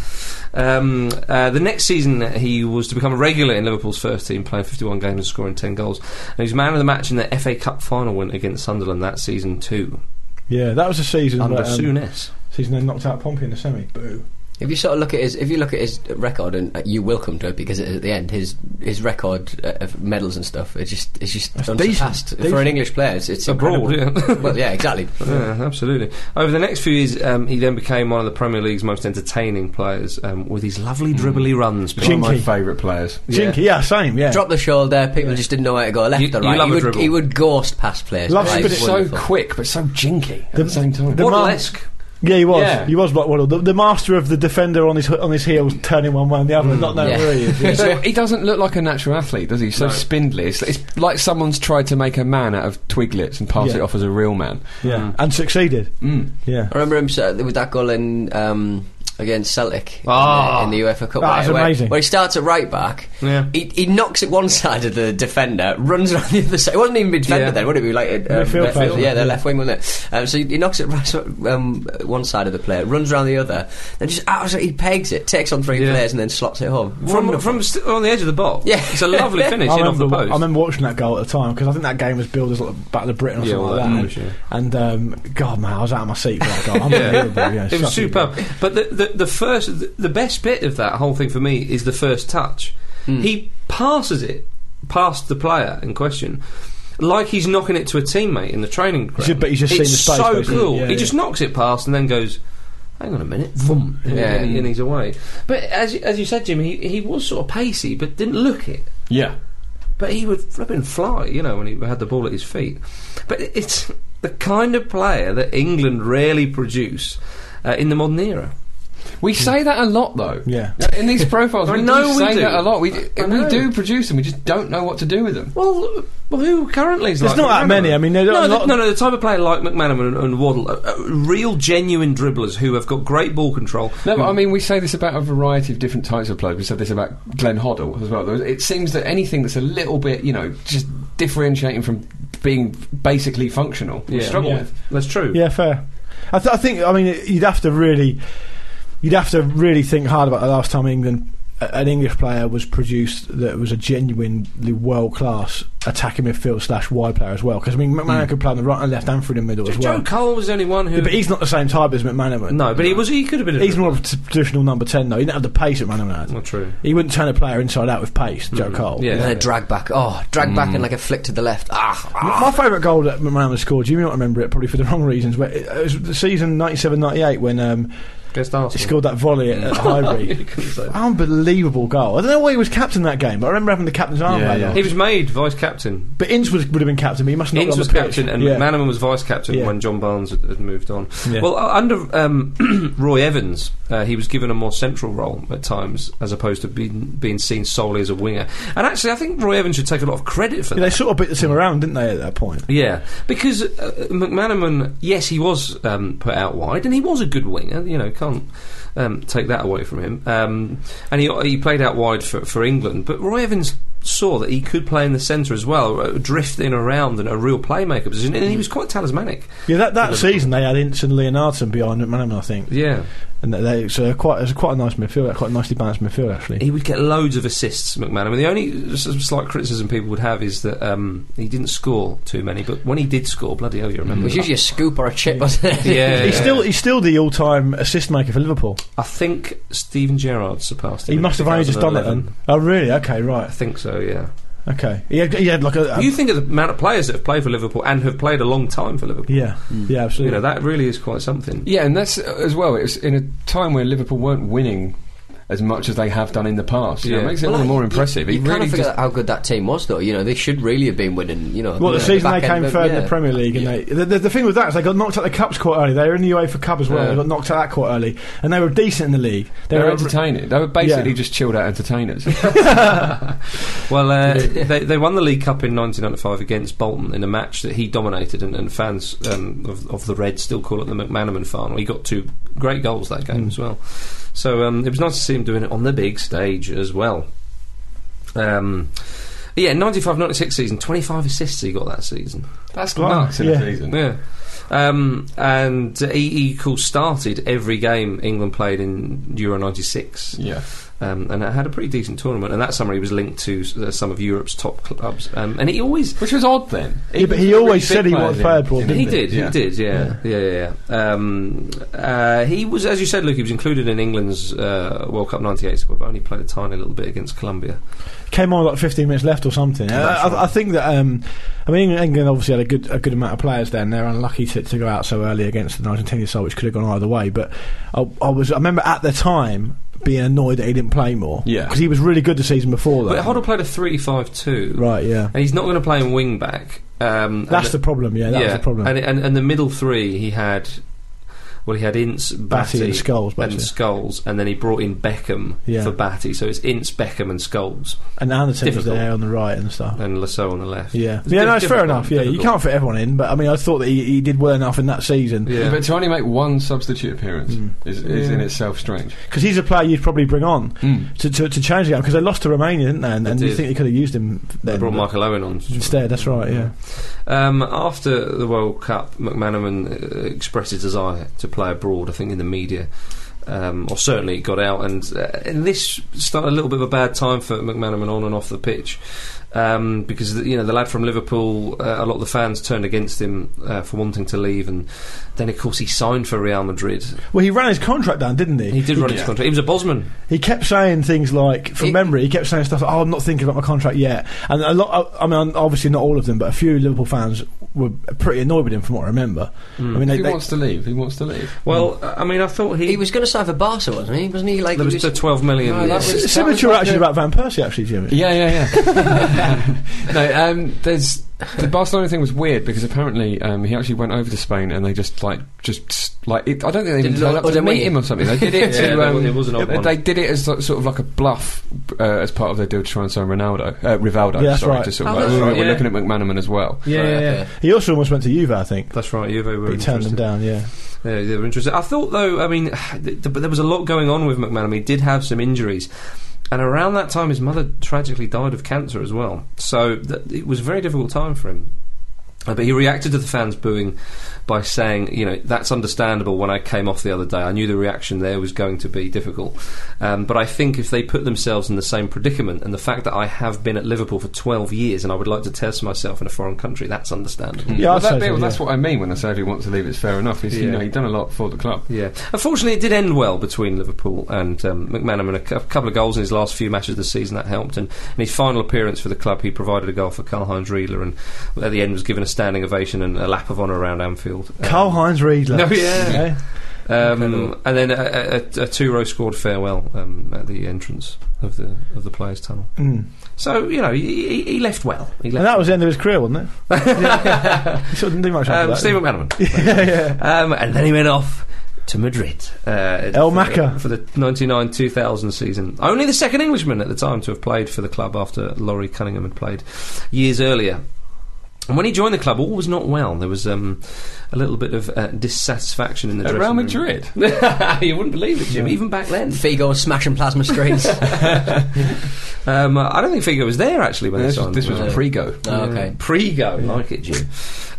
C: Um, uh, the next season, he was to become a regular in Liverpool's first team, playing 51 games and scoring 10 goals. And he was man of the match in the FA Cup final win against Sunderland that season too,
B: Yeah, that was a season
C: under
B: where, um,
C: Souness.
B: season they knocked out Pompey in the semi. Boo.
A: If you sort of look at his, if you look at his record, and uh, you will come to it because it is at the end, his his record uh, of medals and stuff, it's just it's just unsurpassed
B: decent,
A: for
B: decent.
A: an English player. It's, it's
C: Abroad,
A: incredible.
C: yeah.
A: well, yeah, exactly.
C: Yeah, absolutely. Over the next few years, um, he then became one of the Premier League's most entertaining players um, with his lovely dribbly runs.
D: One of my
B: Jinky.
D: favourite players.
B: Jinky, yeah, same, yeah.
A: Drop the shoulder, people just didn't know where to go left
C: You-
A: or
C: you
A: right.
C: love
A: he,
C: a
A: would,
C: dribble.
A: he would ghost past players.
B: Loves
A: Right,
B: to be
A: it's
D: so
A: wonderful.
D: quick, but so jinky at
B: The-
D: the same time.
B: the-
C: Waddle-esque.
B: Yeah, he was.
D: Yeah.
B: He was Black Waddle, the, the master of the defender on his on his heels, turning one way and the other, and not knowing
A: Yeah.
B: where he is. Yeah.
D: So he doesn't look like a natural athlete, does he? So
C: No.
D: spindly. It's, it's like someone's tried to make a man out of twiglets and pass
B: Yeah.
D: it off as a real man.
B: Yeah. and succeeded.
D: Mm.
B: Yeah,
A: I remember him sa- with that goal in um, against Celtic in the-
C: Ah.
A: in, the, UEFA Cup.
B: That was
A: where- where,
B: amazing.
A: Where he starts at right back.
C: Yeah.
A: He, he knocks at one side of the defender, runs around the other side. It wasn't even mid defender
C: Yeah.
A: then, would it be like a, um,
B: Midfield
A: left field?
B: player.
A: Yeah, the left wing, wasn't it? Um, so he, he knocks at right- um, one side of the player, runs around the other, then just absolutely pegs it, takes on three
C: Yeah.
A: players, and then slots it home.
C: From,
A: Wonderful.
C: from st- on the edge of the box.
A: Yeah.
C: It's a lovely finish
B: I
C: in off
B: remember,
C: the
B: I
C: post.
B: remember watching that goal at the time because I think that game was billed as like Battle of Britain or
C: Yeah,
B: something
C: well, that
B: like
C: was,
B: that.
C: yeah.
B: And, and, um, God, man, I was out of my seat for that goal. Unbelievable. yeah,
C: yeah. It was
B: shocking.
C: superb. But the, the, the first, the, the best bit of that whole thing for me is the first touch.
B: Hmm.
C: He passes it past the player in question. Like he's knocking it to a teammate in the training ground.
B: ju- but he's just
C: it's
B: seen the space,
C: so
B: basically.
C: cool.
B: Yeah,
C: he
B: yeah.
C: just knocks it past and then goes, "Hang on a minute, vroom, and,
A: Yeah.
C: and, and he's away." But as you- as you said, Jimmy, he, he was sort of pacey, but didn't look it.
D: Yeah.
C: But he would flipping fly, you know, when he had the ball at his feet. But it- it's the kind of player that England rarely produce uh, in the modern era.
D: We say that a lot, though.
B: Yeah.
D: In these profiles,
C: I
D: we
C: know
D: do
C: we
D: say
C: do.
D: that a lot. We,
C: I
D: we
C: know.
D: do produce them, we just don't know what to do with them.
C: Well, well, who currently is
B: There's
C: like
B: not that
C: McManaman?
B: many. I mean, there are
C: no,
B: a
C: the,
B: lot-
C: no, no. The type of player like McManaman and, and Waddle, are, are real genuine dribblers who have got great ball control.
D: No,
B: Hmm.
D: but I mean, we say this about a variety of different types of players. We said this about Glenn Hoddle as well. There- It seems that anything that's a little bit, you know, just differentiating from being basically functional, we
C: Yeah.
D: struggle
B: Yeah.
D: with.
C: That's true.
B: Yeah, fair. I, th- I think. I mean, it- you'd have to really, you'd have to really think hard about the last time England, a- an English player was produced that was a genuinely world class attacking midfield slash wide player as well. Because I mean, McManaman could play on the right and left and through the middle
C: Mm. Joe
B: as well.
C: Cole was the only one who.
B: Yeah, but he's not the same type as McManaman.
C: no, but he was. He could have been. A
B: He's more of a t- traditional number ten though. He didn't have the pace that McManaman had.
C: Not true.
B: He wouldn't turn a player inside out with pace, Joe Cole.
C: Mm, Yeah.
A: and then a drag back. Oh, drag back and like a flick to the left. Ah, ah.
B: My favourite goal that McManaman scored, you may not remember it, probably for the wrong reasons. Where it, it was the season 97-98 when um,
C: Against
B: he
C: Arsenal.
B: scored that volley at, at Highbury.
C: You couldn't say that.
B: Unbelievable goal. I don't know why he was captain that game, but I remember having the captain's armband
D: Yeah, yeah.
B: on.
C: He was made vice captain.
B: But Ince was, would have been captain, but he must not
C: Ince
B: have
C: was
B: been on the
C: captain
B: pitch.
C: and
B: yeah.
C: McManaman was vice captain
B: Yeah.
C: when John Barnes had, had moved on.
B: Yeah.
C: Well, uh, under um, Roy Evans, uh, he was given a more central role at times as opposed to being, being seen solely as a winger. And actually, I think Roy Evans should take a lot of credit for
B: Yeah,
C: that.
B: they sort of bit the team around, didn't they, at that point?
C: Yeah, because uh, McManaman, yes, he was um, put out wide, and he was a good winger. You know, can't um, take that away from him. Um, and he he played out wide for, for England, but Roy Evans saw that he could play in the centre as well, uh, drifting around in a real playmaker position, and he was quite talismanic.
B: Yeah, that, that season they had Ince and Leonardson behind McManaman, I think.
C: Yeah,
B: And they, so they're quite, it's quite a nice midfield, quite a nicely balanced midfield, actually.
C: he would get loads of assists, McManaman. The only s- slight criticism people would have is that um, he didn't score too many, but when he did score, bloody hell, you
A: It
C: remember?
A: was usually a scoop or a chip, wasn't it?
C: yeah,
B: He's
C: yeah.
B: still he's still the all time assist maker for Liverpool.
C: I think Steven Gerrard surpassed him.
B: He
C: in
B: must have only just done it
C: 2011.
B: then. Oh really? Okay, right.
C: I think so, yeah.
B: Okay. He had, he had like a, a-
C: you think of the amount of players that have played for Liverpool and have played a long time for Liverpool.
B: yeah, yeah,
C: You
B: absolutely.
C: know, that really is quite something.
D: Yeah, and that's uh, as well. It was in a time where Liverpool weren't winning as much as they have done in the past. You know,
C: Yeah.
D: it makes it
A: Well,
D: all the
A: like,
D: more
A: you-
D: impressive.
A: You,
D: He
A: kind
D: really
A: of forget
D: just-
A: how good that team was, though. You know, they should really have been winning. You know,
B: well, the
A: yeah,
B: season
A: back
B: they
A: end
B: came
A: of-
B: third in
A: yeah.
B: the Premier League, and they, the, the, the thing with that is they got knocked out the cups quite early. They were in the UEFA Cup as well.
D: Yeah.
B: They got knocked out that quite early, and they were decent in the league.
D: they were
B: re-
D: entertaining. They were basically
B: Yeah.
D: just chilled out entertainers.
C: Well, uh, they, they won the League Cup in 1995 against Bolton in a match that he dominated, and, and fans um, of, of the Reds still call it the McManaman final. He got two great goals that
B: Hmm.
C: game as well. So um, it was nice to see him doing it on the big stage as well. Um, yeah, 95 96 season, 25 assists he got that season.
D: that's
B: Blimey,
D: nuts in a
B: yeah.
D: season.
C: Yeah. Um, and he, he cool started every game England played in Euro 96
D: Yeah.
C: um, and had a pretty decent tournament. And that summer he was linked to s- uh, some of Europe's top clubs. Um, and he always.
D: Which was odd then.
B: Yeah, but he
D: for the
B: always
D: big
B: said he
D: players
B: wanted
D: in-
B: Fairport,
D: in
B: didn't
C: He
D: England.
C: did, he did, yeah, yeah, yeah. yeah. Um, uh, he was, as you said, Luke. He was included in England's uh, World Cup '98 squad, but only played a tiny little bit against Colombia.
B: came on like 15 minutes left or something. Uh, I, I, I think that um, I mean England- England obviously had a good a good amount of players there, and they're unlucky to, to go out so early against the Argentinian side, which could have gone either way. But I, I was I remember at the time being annoyed that he didn't play more.
D: Yeah.
B: because he was really good the season before. Though.
C: But Hoddle played a three-five-two,
B: right, yeah,
C: and he's not going to play in wing back. Um, and
B: that's the problem. Yeah, that was the problem.
C: And, and and the middle three he had. Well, he had Ince, Batty,
B: Batty and Scholes,
C: and
B: basically.
C: Scholes, and then he brought in Beckham
B: Yeah.
C: for Batty. So it's Ince, Beckham, and Scholes,
B: And Anderton was
C: Difficult.
B: there on the right and stuff.
C: and Lasso on the left.
B: Yeah,
C: It's
B: yeah,
C: diff-
B: no, it's fair
C: difficult,
B: enough. Yeah, you
C: difficult.
B: can't fit everyone in, but I mean, I thought that he, he did well enough in that season.
C: Yeah.
D: But to only make one substitute appearance
B: Mm.
D: is, is
C: Yeah.
D: in itself strange.
B: because he's a player you'd probably bring on to, to, to change the game because they lost to Romania, didn't they? And,
C: They
B: and you
C: did.
B: think they could have used him
C: They
B: then,
C: brought
B: but
C: Michael Owen on.
B: instead. That's right. Yeah,
C: Um, after the World Cup, McManaman uh, expressed his desire to play abroad, I think, in the media. Um, or certainly it got out, and, uh, and this started a little bit of a bad time for McManaman on and off the pitch, um, because the, you know the lad from Liverpool, uh, a lot of the fans turned against him uh, for wanting to leave, and then of course he signed for Real Madrid.
B: well, he ran his contract down, didn't he?
C: He did run his contract. He was a Bosman.
B: He kept saying things like, from
C: He-
B: memory, he kept saying stuff like, "Oh, I'm not thinking about my contract yet." And a lot, I I mean, obviously not all of them, but a few Liverpool fans were pretty annoyed with him, from what I remember.
C: Hmm.
B: I mean,
D: If
B: they,
D: he
B: they-
D: wants to leave, he wants to leave.
C: Well,
B: Hmm.
C: I mean, I thought he,
A: He was going to sign for Barca, wasn't he? Wasn't he like?
C: there
A: he
C: was the twelve million.
A: No, that
C: yes.
A: was-
B: S- similar to your
D: like
B: action
D: a-
B: about Van Persie, actually, Jimmy.
D: Yeah, yeah, yeah. no, um, there's the Barcelona thing was weird because apparently um, he actually went over to Spain and they just like just like it, I don't think they even
A: Did
D: turned
A: it
D: up to
A: under
D: meet
A: me?
D: him or something. They did it
C: Yeah,
D: to
C: there
D: um,
C: was- it was an odd
D: they,
C: one.
D: they did it as like, sort of like a bluff uh, as part of their deal to try and sign Ronaldo, uh, Rivaldo.
B: Yeah, that's
D: sorry,
B: right.
D: to sort of
A: Oh,
D: like,
A: that's
D: we're-
C: right,
D: we're
C: yeah.
D: looking at McManaman as well.
B: yeah, yeah, yeah. He also almost went to Juve, I think,
C: That's right. Juve were
B: but he turned them
C: interested.
B: down. Yeah,
C: Yeah, they were interested. I thought, though, I mean, th- but there was a lot going on with McManamy. He did have some injuries. And around that time, his mother tragically died of cancer as well. So th- it was a very difficult time for him. Uh, But he reacted to the fans booing by saying, you know, that's understandable when I came off the other day. I knew the reaction there was going to be difficult. Um, but I think if they put themselves in the same predicament, and the fact that I have been at Liverpool for 12 years and I would like to test myself in a foreign country, that's understandable.
B: Yeah,
D: Well,
B: I'd
D: that
B: say
D: bit-
B: so,
D: well, that's
B: yeah.
D: what I mean when I say if he wants to leave, it's fair enough. He's
C: Yeah.
D: you know he's done a lot for the club.
C: Yeah. Unfortunately, it did end well between Liverpool and um, McManaman. A cou- a couple of goals in his last few matches of the season that helped. And in his final appearance for the club, he provided a goal for Karl Heinz Riedler and at the end was given a standing ovation and a lap of honour around Anfield. Um,
B: Carl Heinz Riedler. Eh?
C: No, yeah.
B: Okay.
C: um, and then a, a, a two row scored farewell um, at the entrance of the of the players' tunnel.
B: Mm.
C: So you know he, he- he left well. He
B: And
C: left.
B: that was the end of his career, wasn't it? He sort of didn't do much after
C: um,
B: that.
C: Steve
B: did
C: McManaman.
B: he? yeah, yeah.
C: Um, and then he went off to Madrid. Uh,
B: El
C: for-
B: Maca.
C: For the 99 2000 season. Only the second Englishman at the time to have played for the club after Laurie Cunningham had played years earlier. And when he joined the club, all was not well. There was um, a little bit of uh, dissatisfaction in the
D: At
C: dressing
D: Real
C: room.
D: Madrid?
C: you wouldn't believe it, Jim, even back then.
A: Figo smashing plasma screens.
C: Um, I don't think Figo was there actually when they
D: This was,
C: signed.
D: this was
C: him.
D: pre-go.
A: Oh, okay.
C: Pre-go, like it, Jim.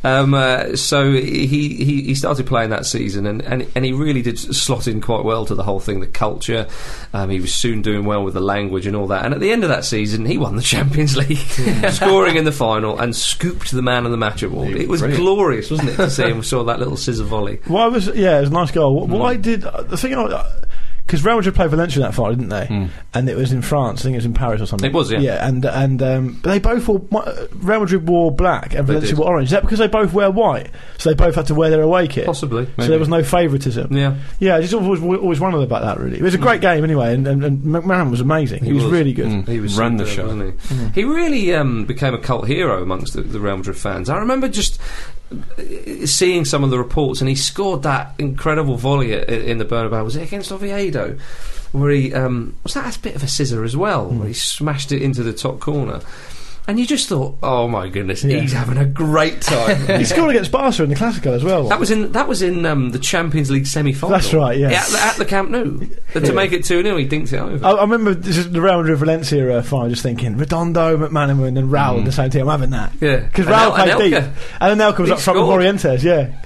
C: Um, uh, so he, he he started playing that season, and, and and he really did slot in quite well to the whole thing, the culture. Um, he was soon doing well with the language and all that. And at the end of that season, he won the Champions League, scoring in the final and scooped the Man of the Match award.
D: He was
C: It was
D: brilliant.
C: glorious, wasn't it, to see him saw that little scissor volley?
B: Why was yeah? It was a nice goal. Wh-
C: Mm.
B: Why did uh, the thing? Because Real Madrid played Valencia that final, didn't they? And it was in France. I think it was in Paris or something.
C: Mm. It was, yeah.
B: Yeah, and and um, but they both wore my- uh, Real Madrid wore black and
C: They
B: Valencia
C: did.
B: wore orange. Is that because they both wear white? So they both had to wear their away kit.
C: Possibly,
B: So there was no favouritism.
C: yeah. Mm.
B: Yeah, I just always, always wondered about that. Really, it was a great game anyway, and, and, and McMahon was amazing. He,
C: He
B: was,
C: was. Mm.
B: really good.
C: He was
D: Mm. Ran the
C: superb,
D: show.
C: wasn't he?
B: Mm-hmm.
C: He really um, became a cult hero amongst the, the Real Madrid fans. I remember just uh, seeing some of the reports, and he scored that incredible volley i- in the Bernabeu. Was it against Oviedo? Where he um, was that a bit of a scissor as well,
B: Mm.
C: where he smashed it into the top corner. And you just thought, oh my goodness,
B: Yeah.
C: he's having a great time.
B: He scored against Barca in the Classico as well.
C: That was in that was in um, the Champions League semi-final.
B: That's right, yeah.
C: At, the- at the Camp Nou, But to make it two 0 he dinks it over.
B: I, I remember this is the Real Madrid Valencia uh, final, just thinking Redondo, McManaman, and Raul in the same team. I'm having that.
C: Mm. Yeah.
B: because
C: And
B: Raul
C: Anel-
B: played deep,
C: Anelka.
B: and Anelka was
C: He
B: up front with
C: scored.
B: Morientes. Yeah,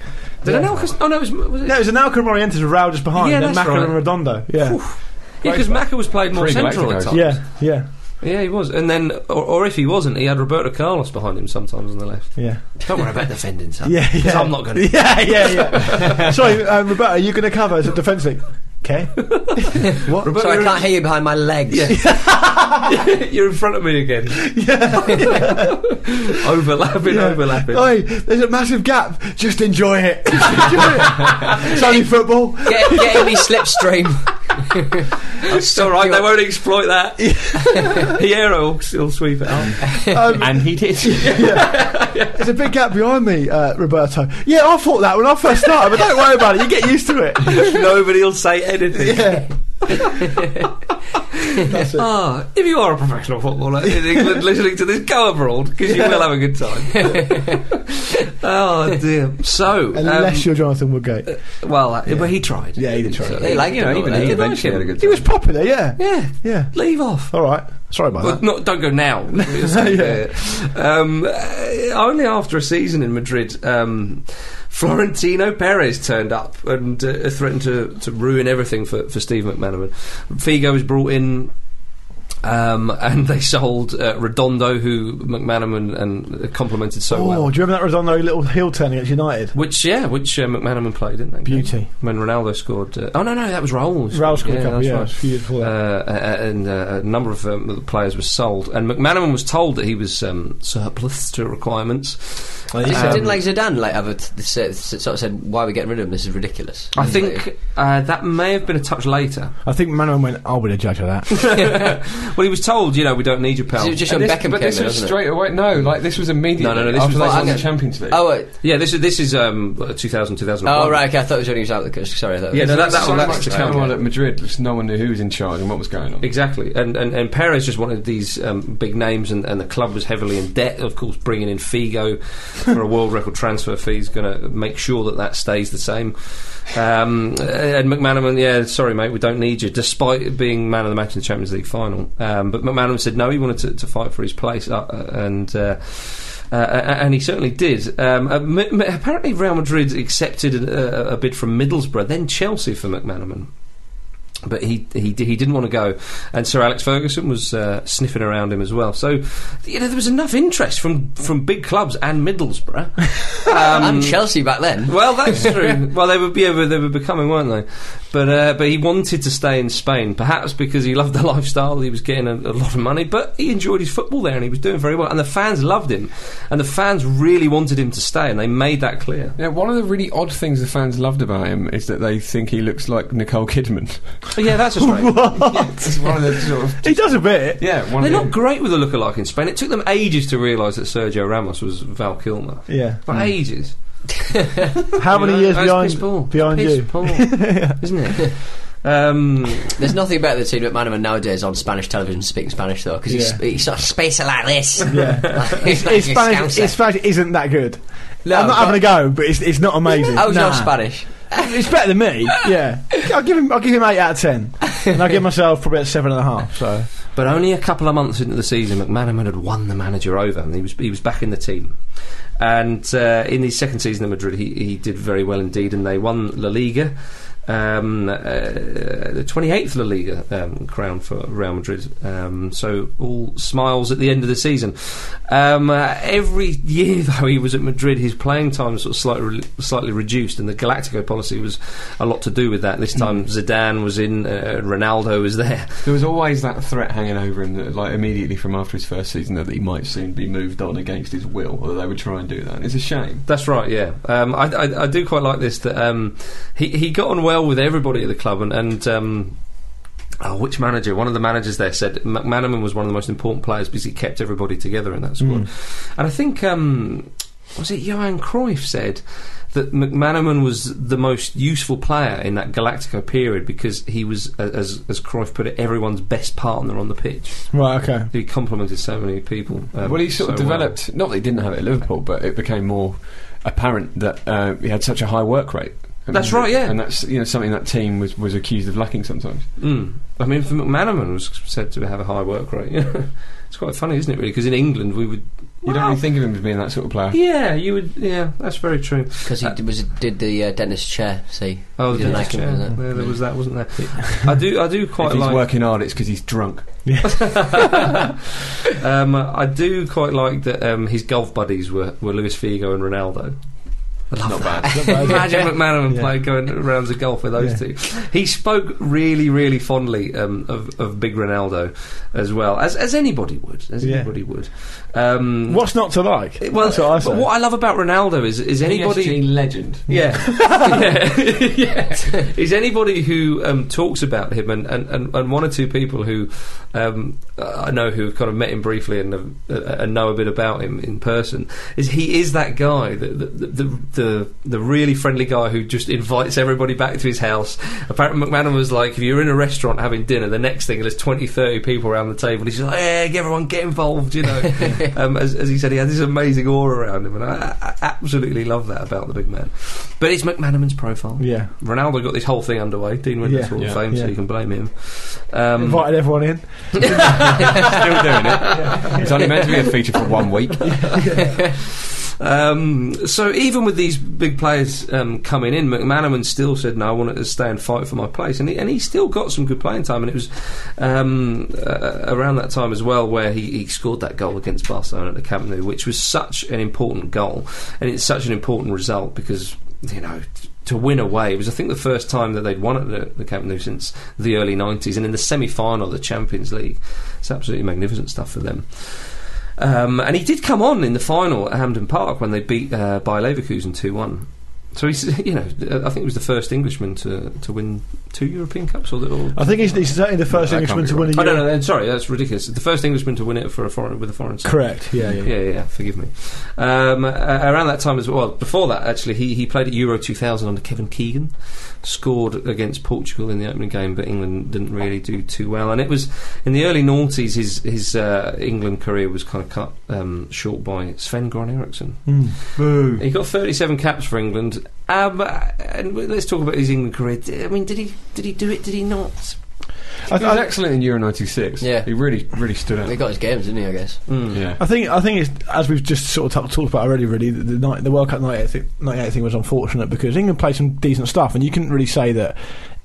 C: Did
B: Yeah.
C: Anelka? Oh no, it was, was it?
B: no, it was Anelka and Morientes with Raul just behind,
C: Yeah,
B: and
C: that's
B: Maca
C: right.
B: and Redondo. Yeah,
C: Yeah, because Macca was played more
D: Three
C: central at
D: Galacticos.
C: times.
B: yeah, yeah,
C: yeah, he was. And then, or, or if he wasn't, he had Roberto Carlos behind him sometimes on the left.
B: yeah,
C: Don't worry about defending, son.
B: yeah.
C: because
B: yeah.
C: I'm not going to.
B: Yeah, yeah, yeah. Sorry, um, Roberto, are you going to cover as a defence league? Okay. what?
A: So I can't hear you behind my legs.
C: You're in front of me again. overlapping,
B: Yeah. Oh,
C: overlapping.
B: Oi, there's a massive gap. Just enjoy it. Just enjoy it. It's only football.
A: Get, get in me slipstream.
C: it's all right. They won't exploit that. Hierro will still sweep it up.
B: Um,
D: and he did.
B: yeah. There's a big gap behind me, uh, Roberto. Yeah, I thought that when I first started, but don't worry about it. You get used to it.
C: Nobody will say anything.
B: Yeah. That's it.
C: Ah, if you are a professional footballer in England listening to this, go abroad because you will have a good time. oh dear. So,
B: Unless
C: um,
B: you're Jonathan Woodgate.
C: well, uh, but he tried.
B: Yeah, he did try.
A: They like
C: you know,
A: him,
C: even
A: don't
C: he
A: they?
C: eventually had a good
B: He was popular, yeah.
C: Yeah,
B: Yeah.
C: leave off.
B: All right. Sorry about
C: Well,
B: that.
C: not, don't go now.
B: Yeah.
C: um, uh, only after a season in Madrid, um, Florentino Perez turned up and uh, threatened to, to ruin everything for, for Steve McManaman. Figo was brought in. Um, and they sold uh, Redondo, who McManaman and complimented so
B: oh,
C: well.
B: do you remember that Redondo little heel turn against United?
C: Which yeah, which uh, McManaman played, didn't they?
B: Beauty.
C: When Ronaldo scored. Uh, oh no, no, that was Raul.
B: Raul scored a couple,
C: that's
B: yeah.
C: right.
B: a few years before that.
C: Uh, a- a- and uh, a number of um, the players were sold, and McManaman was told that he was um, surplus to requirements.
A: Didn't,
C: Um,
A: didn't like Zidane like have a t- say, sort of said why are we getting rid of him? This is ridiculous.
C: I
A: Like,
C: think uh, that may have been a touch later.
B: I think Manuel went, I'll be the judge of that.
C: well, he was told, you know, we don't need your pal.
A: it was just
D: And
A: when
D: this-
A: Beckham
D: but
A: came
D: this
A: in,
D: was
A: wasn't
D: straight away. No, like this was immediately.
C: No, no, no, this
D: after
C: was
D: they
C: like-
D: won the
A: hang on.
D: Champions
A: it?
D: League.
A: Oh, wait.
C: yeah, this is this is um, 2000, 2001.
A: oh right. Okay, I thought it was when he was out. the Sorry, I thought.
C: Yeah,
A: it
C: no,
A: was-
C: that- that
D: so
C: one-
D: much
C: that's the
D: turmoil
C: Champions.
D: at Madrid. just no one knew who was in charge and what was going on.
C: Exactly, and, and and Perez just wanted these um, big names, and, and the club was heavily in debt. Of course, bringing in Figo for a world record transfer fee is going to make sure that that stays the same. Um, and McManaman, yeah, sorry mate, we don't need you, despite being man of the match in the Champions League final. Um, but McManaman said no, he wanted to, to fight for his place, uh, uh, and. Uh, uh, a- and he certainly did. Um, uh, M- M- apparently, Real Madrid accepted uh, a, a- a bid from Middlesbrough, then Chelsea for McManaman but he he di- he didn't want to go, and Sir Alex Ferguson was uh, sniffing around him as well. So you know there was enough interest from from big clubs and Middlesbrough.
A: and Chelsea back then.
C: Well, that's true. well, they were yeah, but they were becoming, weren't they? But uh, but he wanted to stay in Spain, perhaps because he loved the lifestyle. He was getting a, a lot of money, but he enjoyed his football there, and he was doing very well. And the fans loved him, and the fans really wanted him to stay, and they made that clear.
D: Now, one of the really odd things the fans loved about him is that they think he looks like Nicole Kidman.
C: But Oh, yeah, that's just right.
D: It's one of the sort of
B: he does a bit.
D: yeah, one
C: They're
D: of the,
C: not great with a lookalike in Spain. It took them ages to realise that Sergio Ramos was Val Kilmer.
B: Yeah.
C: For ages.
B: Hmm. How many
C: You know,
B: years
C: that's piss poor.
B: behind, behind
C: Piss
B: you?
C: poor, isn't it? Um,
A: There's nothing better than seeing McManaman nowadays on Spanish television speaking Spanish though, because
B: Yeah.
A: he's, he's sort of spacing like this.
B: Yeah.
A: he's like
B: His
A: a
B: Spanish,
A: scouser.
B: his Spanish isn't that good.
A: No,
B: I'm not
A: but-
B: having a go, but Oh, it's, it's not amazing.
A: I was
B: Nah.
A: Oh, not Spanish.
B: It's better than me. Yeah, I'll give him. I'll give him eight out of ten, and I'll give myself probably at seven and a half. So
C: but only a couple of months into the season, McManaman had won the manager over, and he was he was back in the team. And uh, in his second season at Madrid, he, he did very well indeed, and they won La Liga. Um, uh, the 28th La Liga um, crown for Real Madrid. Um, so all smiles at the end of the season. Um, uh, every year, though, he was at Madrid, his playing time was sort of slightly, re- slightly reduced, and the Galactico policy was a lot to do with that. This time, Zidane was in, uh, Ronaldo was there.
D: There was always that threat hanging over him, that, like immediately from after his first season, that he might soon be moved on against his will, or they would try and do that. It's a shame.
C: That's right, yeah. Um, I, I, I do quite like this that um, he, he got on well with everybody at the club, and, and um, oh, which manager? One of the managers there said McManaman was one of the most important players because he kept everybody together in that squad.
D: Hmm.
C: And I think, um, was it Johan Cruyff said that McManaman was the most useful player in that Galactico period because he was, a- as, as Cruyff put it, everyone's best partner on the pitch.
B: right, okay.
C: He complimented so many people. um,
D: well, he sort of
C: so well.
D: developed. Not that he didn't have it at Liverpool, but it became more apparent that uh, he had such a high work rate. I
C: That's
D: mean,
C: right, yeah.
D: and that's you know something that team was, was accused of lacking sometimes.
C: Mm. I mean, for McManaman was said to have a high work rate. it's quite funny, isn't it? Really, because in England we would.
D: You don't really think of him as being that sort of player.
C: Yeah, you would. Yeah, that's very true.
A: Because he d- was did the uh, dentist chair. See,
C: Oh,
A: You
C: the
A: didn't
C: dentist
A: like him,
C: chair.
A: was it?
C: Yeah, there was that, wasn't there? I do. I do
D: If
C: quite
D: he's
C: like.
D: working hard, it's because he's drunk.
C: um, I do quite like that. Um, his golf buddies were were Luis Figo and Ronaldo. I love
D: Not
C: that.
D: bad.
C: Imagine McManaman
B: Yeah.
C: playing going rounds of golf with those
B: Yeah.
C: two. He spoke really, really fondly um, of, of Big Ronaldo as well as as anybody would, as
B: Yeah.
C: anybody would. Um,
B: What's not to like?
C: it- Well,
B: That's what I
C: but
B: say.
C: what I love about Ronaldo is is anybody
D: PSG legend.
C: yeah. yeah. Is anybody who um, talks about him and, and, and, and one or two people who um, I know who have kind of met him briefly and, have, uh, and know a bit about him in person, is he is that guy, the, the, the, the, the really friendly guy who just invites everybody back to his house. Apparently, McMahon was like, if you're in a restaurant having dinner, the next thing there's 20, 30 people around the table. He's just like, hey, everyone get involved, you know. um, as, as he said, he had this amazing aura around him, and I, I absolutely love that about the big man. But it's McManaman's profile.
B: Yeah.
C: Ronaldo got this whole thing underway. Dean went
B: Yeah.
C: to Hall of
D: Yeah.
C: Fame, so
B: Yeah.
C: you can blame him. Um,
B: Invited everyone in.
D: Still doing it. It's only meant to be a feature for one week.
C: um, so even with these big players um, coming in, McManaman still said, "No, I wanted to stay and fight for my place," and he, and he still got some good playing time. And it was um, uh, around that time as well where he, he scored that goal against Barcelona at the Camp Nou, which was such an important goal, and it's such an important result because you know. t- To win away, it was I think the first time that they'd won at the, the Camp Nou since the early '90s, and in the semi-final of the Champions League, it's absolutely magnificent stuff for them. Um, and he did come on in the final at Hampden Park when they beat uh, Bayer Leverkusen 2 1. So he's, you know, I think he was the first Englishman to, to win two European Cups or. the- or
B: I think he's, he's certainly the first
D: No, that
B: Englishman
D: can't be
B: to win a
C: Oh, no,
B: Euro.
C: no, no, sorry, that's ridiculous. The first Englishman to win it for a foreign, with a foreign side.
B: Correct. Yeah, yeah.
C: Yeah, yeah, yeah, forgive me. Um, a- around that time as well, before that actually, he, he played at Euro 2000 under Kevin Keegan, scored against Portugal in the opening game, but England didn't really do too well. And it was in the early noughties, his, his uh, England career was kind of cut um, short by Sven Goran Eriksson.
B: Mm.
D: Boo.
C: He got 37 caps for England. Um, and w- let's talk about his England career. D- I mean, did he did he do it? Did he not?
B: I,
D: He was
B: I,
D: excellent in Euro '96.
A: Yeah.
D: he really, really stood
A: He
D: out.
A: got his games, didn't he? I guess.
C: Mm.
D: Yeah,
B: I think I think it's as we've just sort of t- talked about already. Really, the, the, night, the World Cup 98 thing, 98 thing was unfortunate because England played some decent stuff, and you couldn't really say that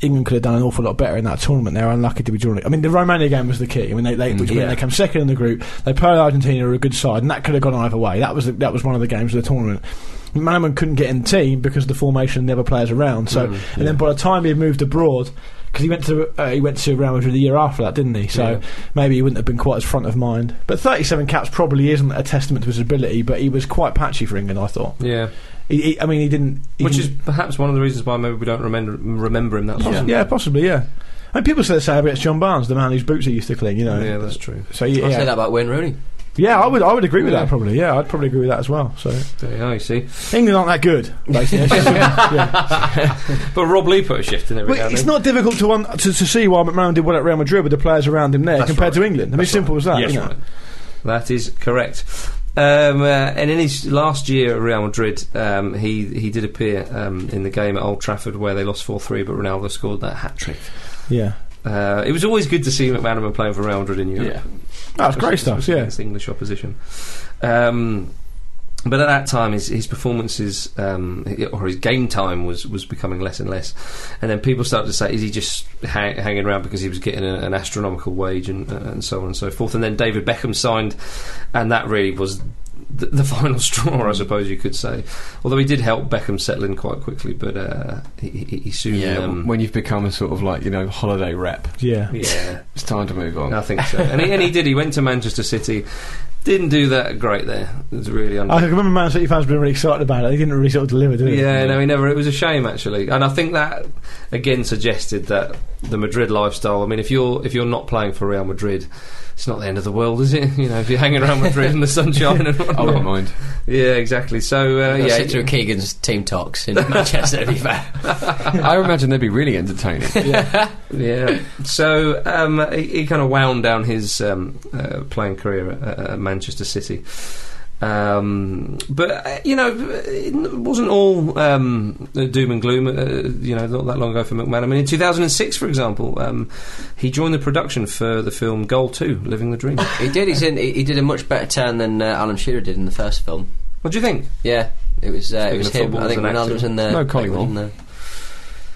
B: England could have done an awful lot better in that tournament. They were unlucky to be drawn. I mean, the Romania game was the key. I mean, they, they, which meant
C: Yeah.
B: they came second in the group. They played Argentina, who were a good side, and that could have gone either way. That was the, that was one of the games of the tournament. Manaman couldn't get in the team because the formation never players around. So,
C: Mm,
B: and then by the time he had moved abroad, because he went to uh, he went to Real Madrid the year after that, didn't he? So
C: Yeah.
B: maybe he wouldn't have been quite as front of mind. But 37 caps probably isn't a testament to his ability, but he was quite patchy for England, I thought.
C: Yeah,
B: He, he, I mean, he didn't. He
C: which is
B: didn't-
C: perhaps one of the reasons why maybe we don't remember remember him that much.
B: yeah. possibly, yeah. I mean, people say the same against John Barnes, the man whose boots he used to clean. You know,
C: yeah, that's true.
B: so yeah,
A: I'd say that
B: yeah.
A: about Wayne Rooney.
B: yeah, I would, I would agree with
C: Yeah.
B: that probably. Yeah, I'd probably agree with that as well. So
C: There you are, you see.
B: England aren't that good. basically. It's just- yeah.
C: But Rob Lee put a shift in every
B: Well,
C: now and
B: it's
C: then.
B: not difficult to, un- to to see why McMahon did well at Real Madrid with the players around him there
C: That's
B: compared
C: right.
B: to England. I mean,
C: That's
B: simple as that.
C: Yes,
B: you know.
C: right. That is correct. Um, uh, and in his last year at Real Madrid, um, he he did appear um, in the game at Old Trafford where they lost four three, but Ronaldo scored that hat trick.
B: Yeah,
C: Uh, it was always good to see McManaman playing for Real Madrid in Europe.
D: yeah.
B: that's great
C: Especially
B: stuff. Yeah,
C: against English opposition. Um, but at that time, his, his performances um, or his game time was, was becoming less and less. And then people started to say, is he just ha- hanging around because he was getting a, an astronomical wage and, uh, and so on and so forth? And then David Beckham signed, and that really was the, the final straw,
B: Hmm.
C: I suppose you could say. Although he did help Beckham settle in quite quickly, but uh, he, he, he soon.
D: Yeah,
C: um,
D: when you've become a sort of like you know holiday rep,
B: yeah.
C: yeah.
D: it's time to move on.
C: I think so. and, he, and he did. He went to Manchester City. Didn't do that great there. It was really under.
B: I can remember Man City fans being really excited about it. They didn't really sort of deliver, did they?
C: yeah, no, he never. It was a shame actually, and I think that again suggested that the Madrid lifestyle. I mean, if you're if you're not playing for Real Madrid, it's not the end of the world, is it? You know, if you're hanging around Madrid in the sunshine and
D: I wouldn't
C: whatnot.
D: mind.
C: Yeah, exactly. So
A: yeah,
C: uh, yeah,
A: sit through Keegan's team talks in Manchester. To be fair,
D: I imagine they'd be really entertaining.
C: Yeah. So um, he, he kind of wound down his um, uh, playing career at, at Manchester City. Um, but uh, you know, it wasn't all um, doom and gloom. Uh, you know, not that long ago for McMahon. I mean, in 2006, for example, um, he joined the production for the film Goal Two: Living the Dream.
A: he did. He's in. He he did a much better turn than uh, Alan Shearer did in the first film.
C: what do you think?
A: Yeah, it was. Uh,
C: Speaking
A: it was
C: of
A: him.
C: football
A: I
C: as
A: think
C: an actor.
A: Ronaldo was in there.
D: No, Collingwood.
A: In there.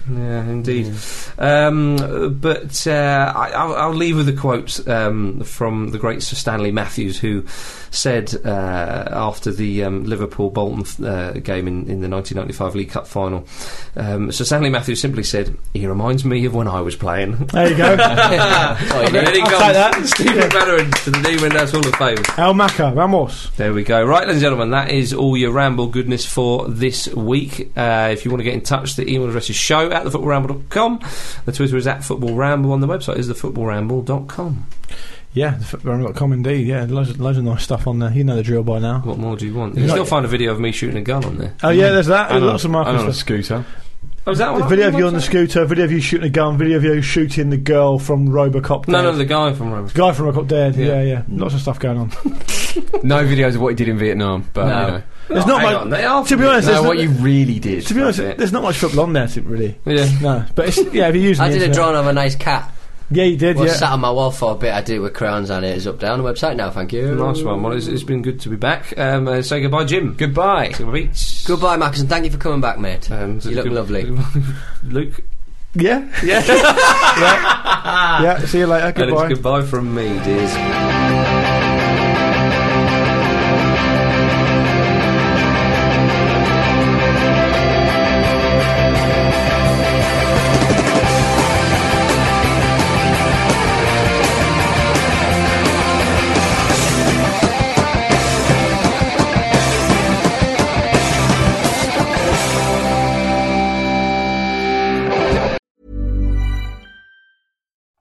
C: Yeah, indeed. Um, but uh, I, I'll, I'll leave with a quote um, from the great Sir Stanley Matthews, who said uh, after the um, Liverpool Bolton uh, game in, in the 1995 League Cup final, um, Sir Stanley Matthews simply said, "He reminds me of when I was playing."
B: There you go.
C: And
A: yeah.
C: then he
B: I'll
C: comes
B: take that.
C: Stephen Bellerin to the Neiman House Hall of Fame.
B: El Maca, Ramos.
C: There we go. Right, ladies and gentlemen, that is all your ramble goodness for this week. Uh, if you want to get in touch, the email address is show at thefootballramble.com. The Twitter is at footballramble, and the website is thefootballramble.com.
B: Yeah, com indeed. Yeah, loads of, loads of nice stuff on there. You know the drill by now.
C: What more do you want? You can still find a video of me shooting a gun on there.
B: Oh yeah, there's that. There's
D: And on-
B: lots of
D: and on
B: Marcus
D: a
B: stuff.
D: scooter.
C: Oh, is that
B: The
C: one?
B: video of you on the scooter, video of you shooting a gun, video of you shooting the girl from RoboCop.
C: No,
B: dead.
C: no, the guy from Rome.
B: guy from RoboCop dead.
C: Yeah.
B: Yeah. yeah, Lots of stuff going on.
D: No videos of what he did in Vietnam, but
C: No.
D: you know.
B: There's not
C: hang
B: much-
C: on, they are
B: To be honest,
D: No,
B: there's
D: what
B: not,
D: you really did.
B: to be honest,
D: That's it.
B: there's not much football on there to really.
C: Yeah.
B: No, but it's, yeah, if you're using
A: I
B: the
A: did a
B: internet-
A: drawing of a nice cat.
B: Yeah, you did.
A: Was
B: yeah,
A: sat on my wall for a bit. I did it with crayons on it. It's up there on the website now. Thank you.
C: Nice one. Well, it's, it's been good to be back. Um, uh, say goodbye, Jim.
D: Goodbye.
C: Say goodbye, Beats.
A: Goodbye, Marcus, and thank you for coming back, mate.
C: Um,
A: you look
C: good-
A: lovely.
C: Luke.
B: yeah, yeah. yeah, See you later.
C: And it's
B: Goodbye.
C: goodbye from me, dears.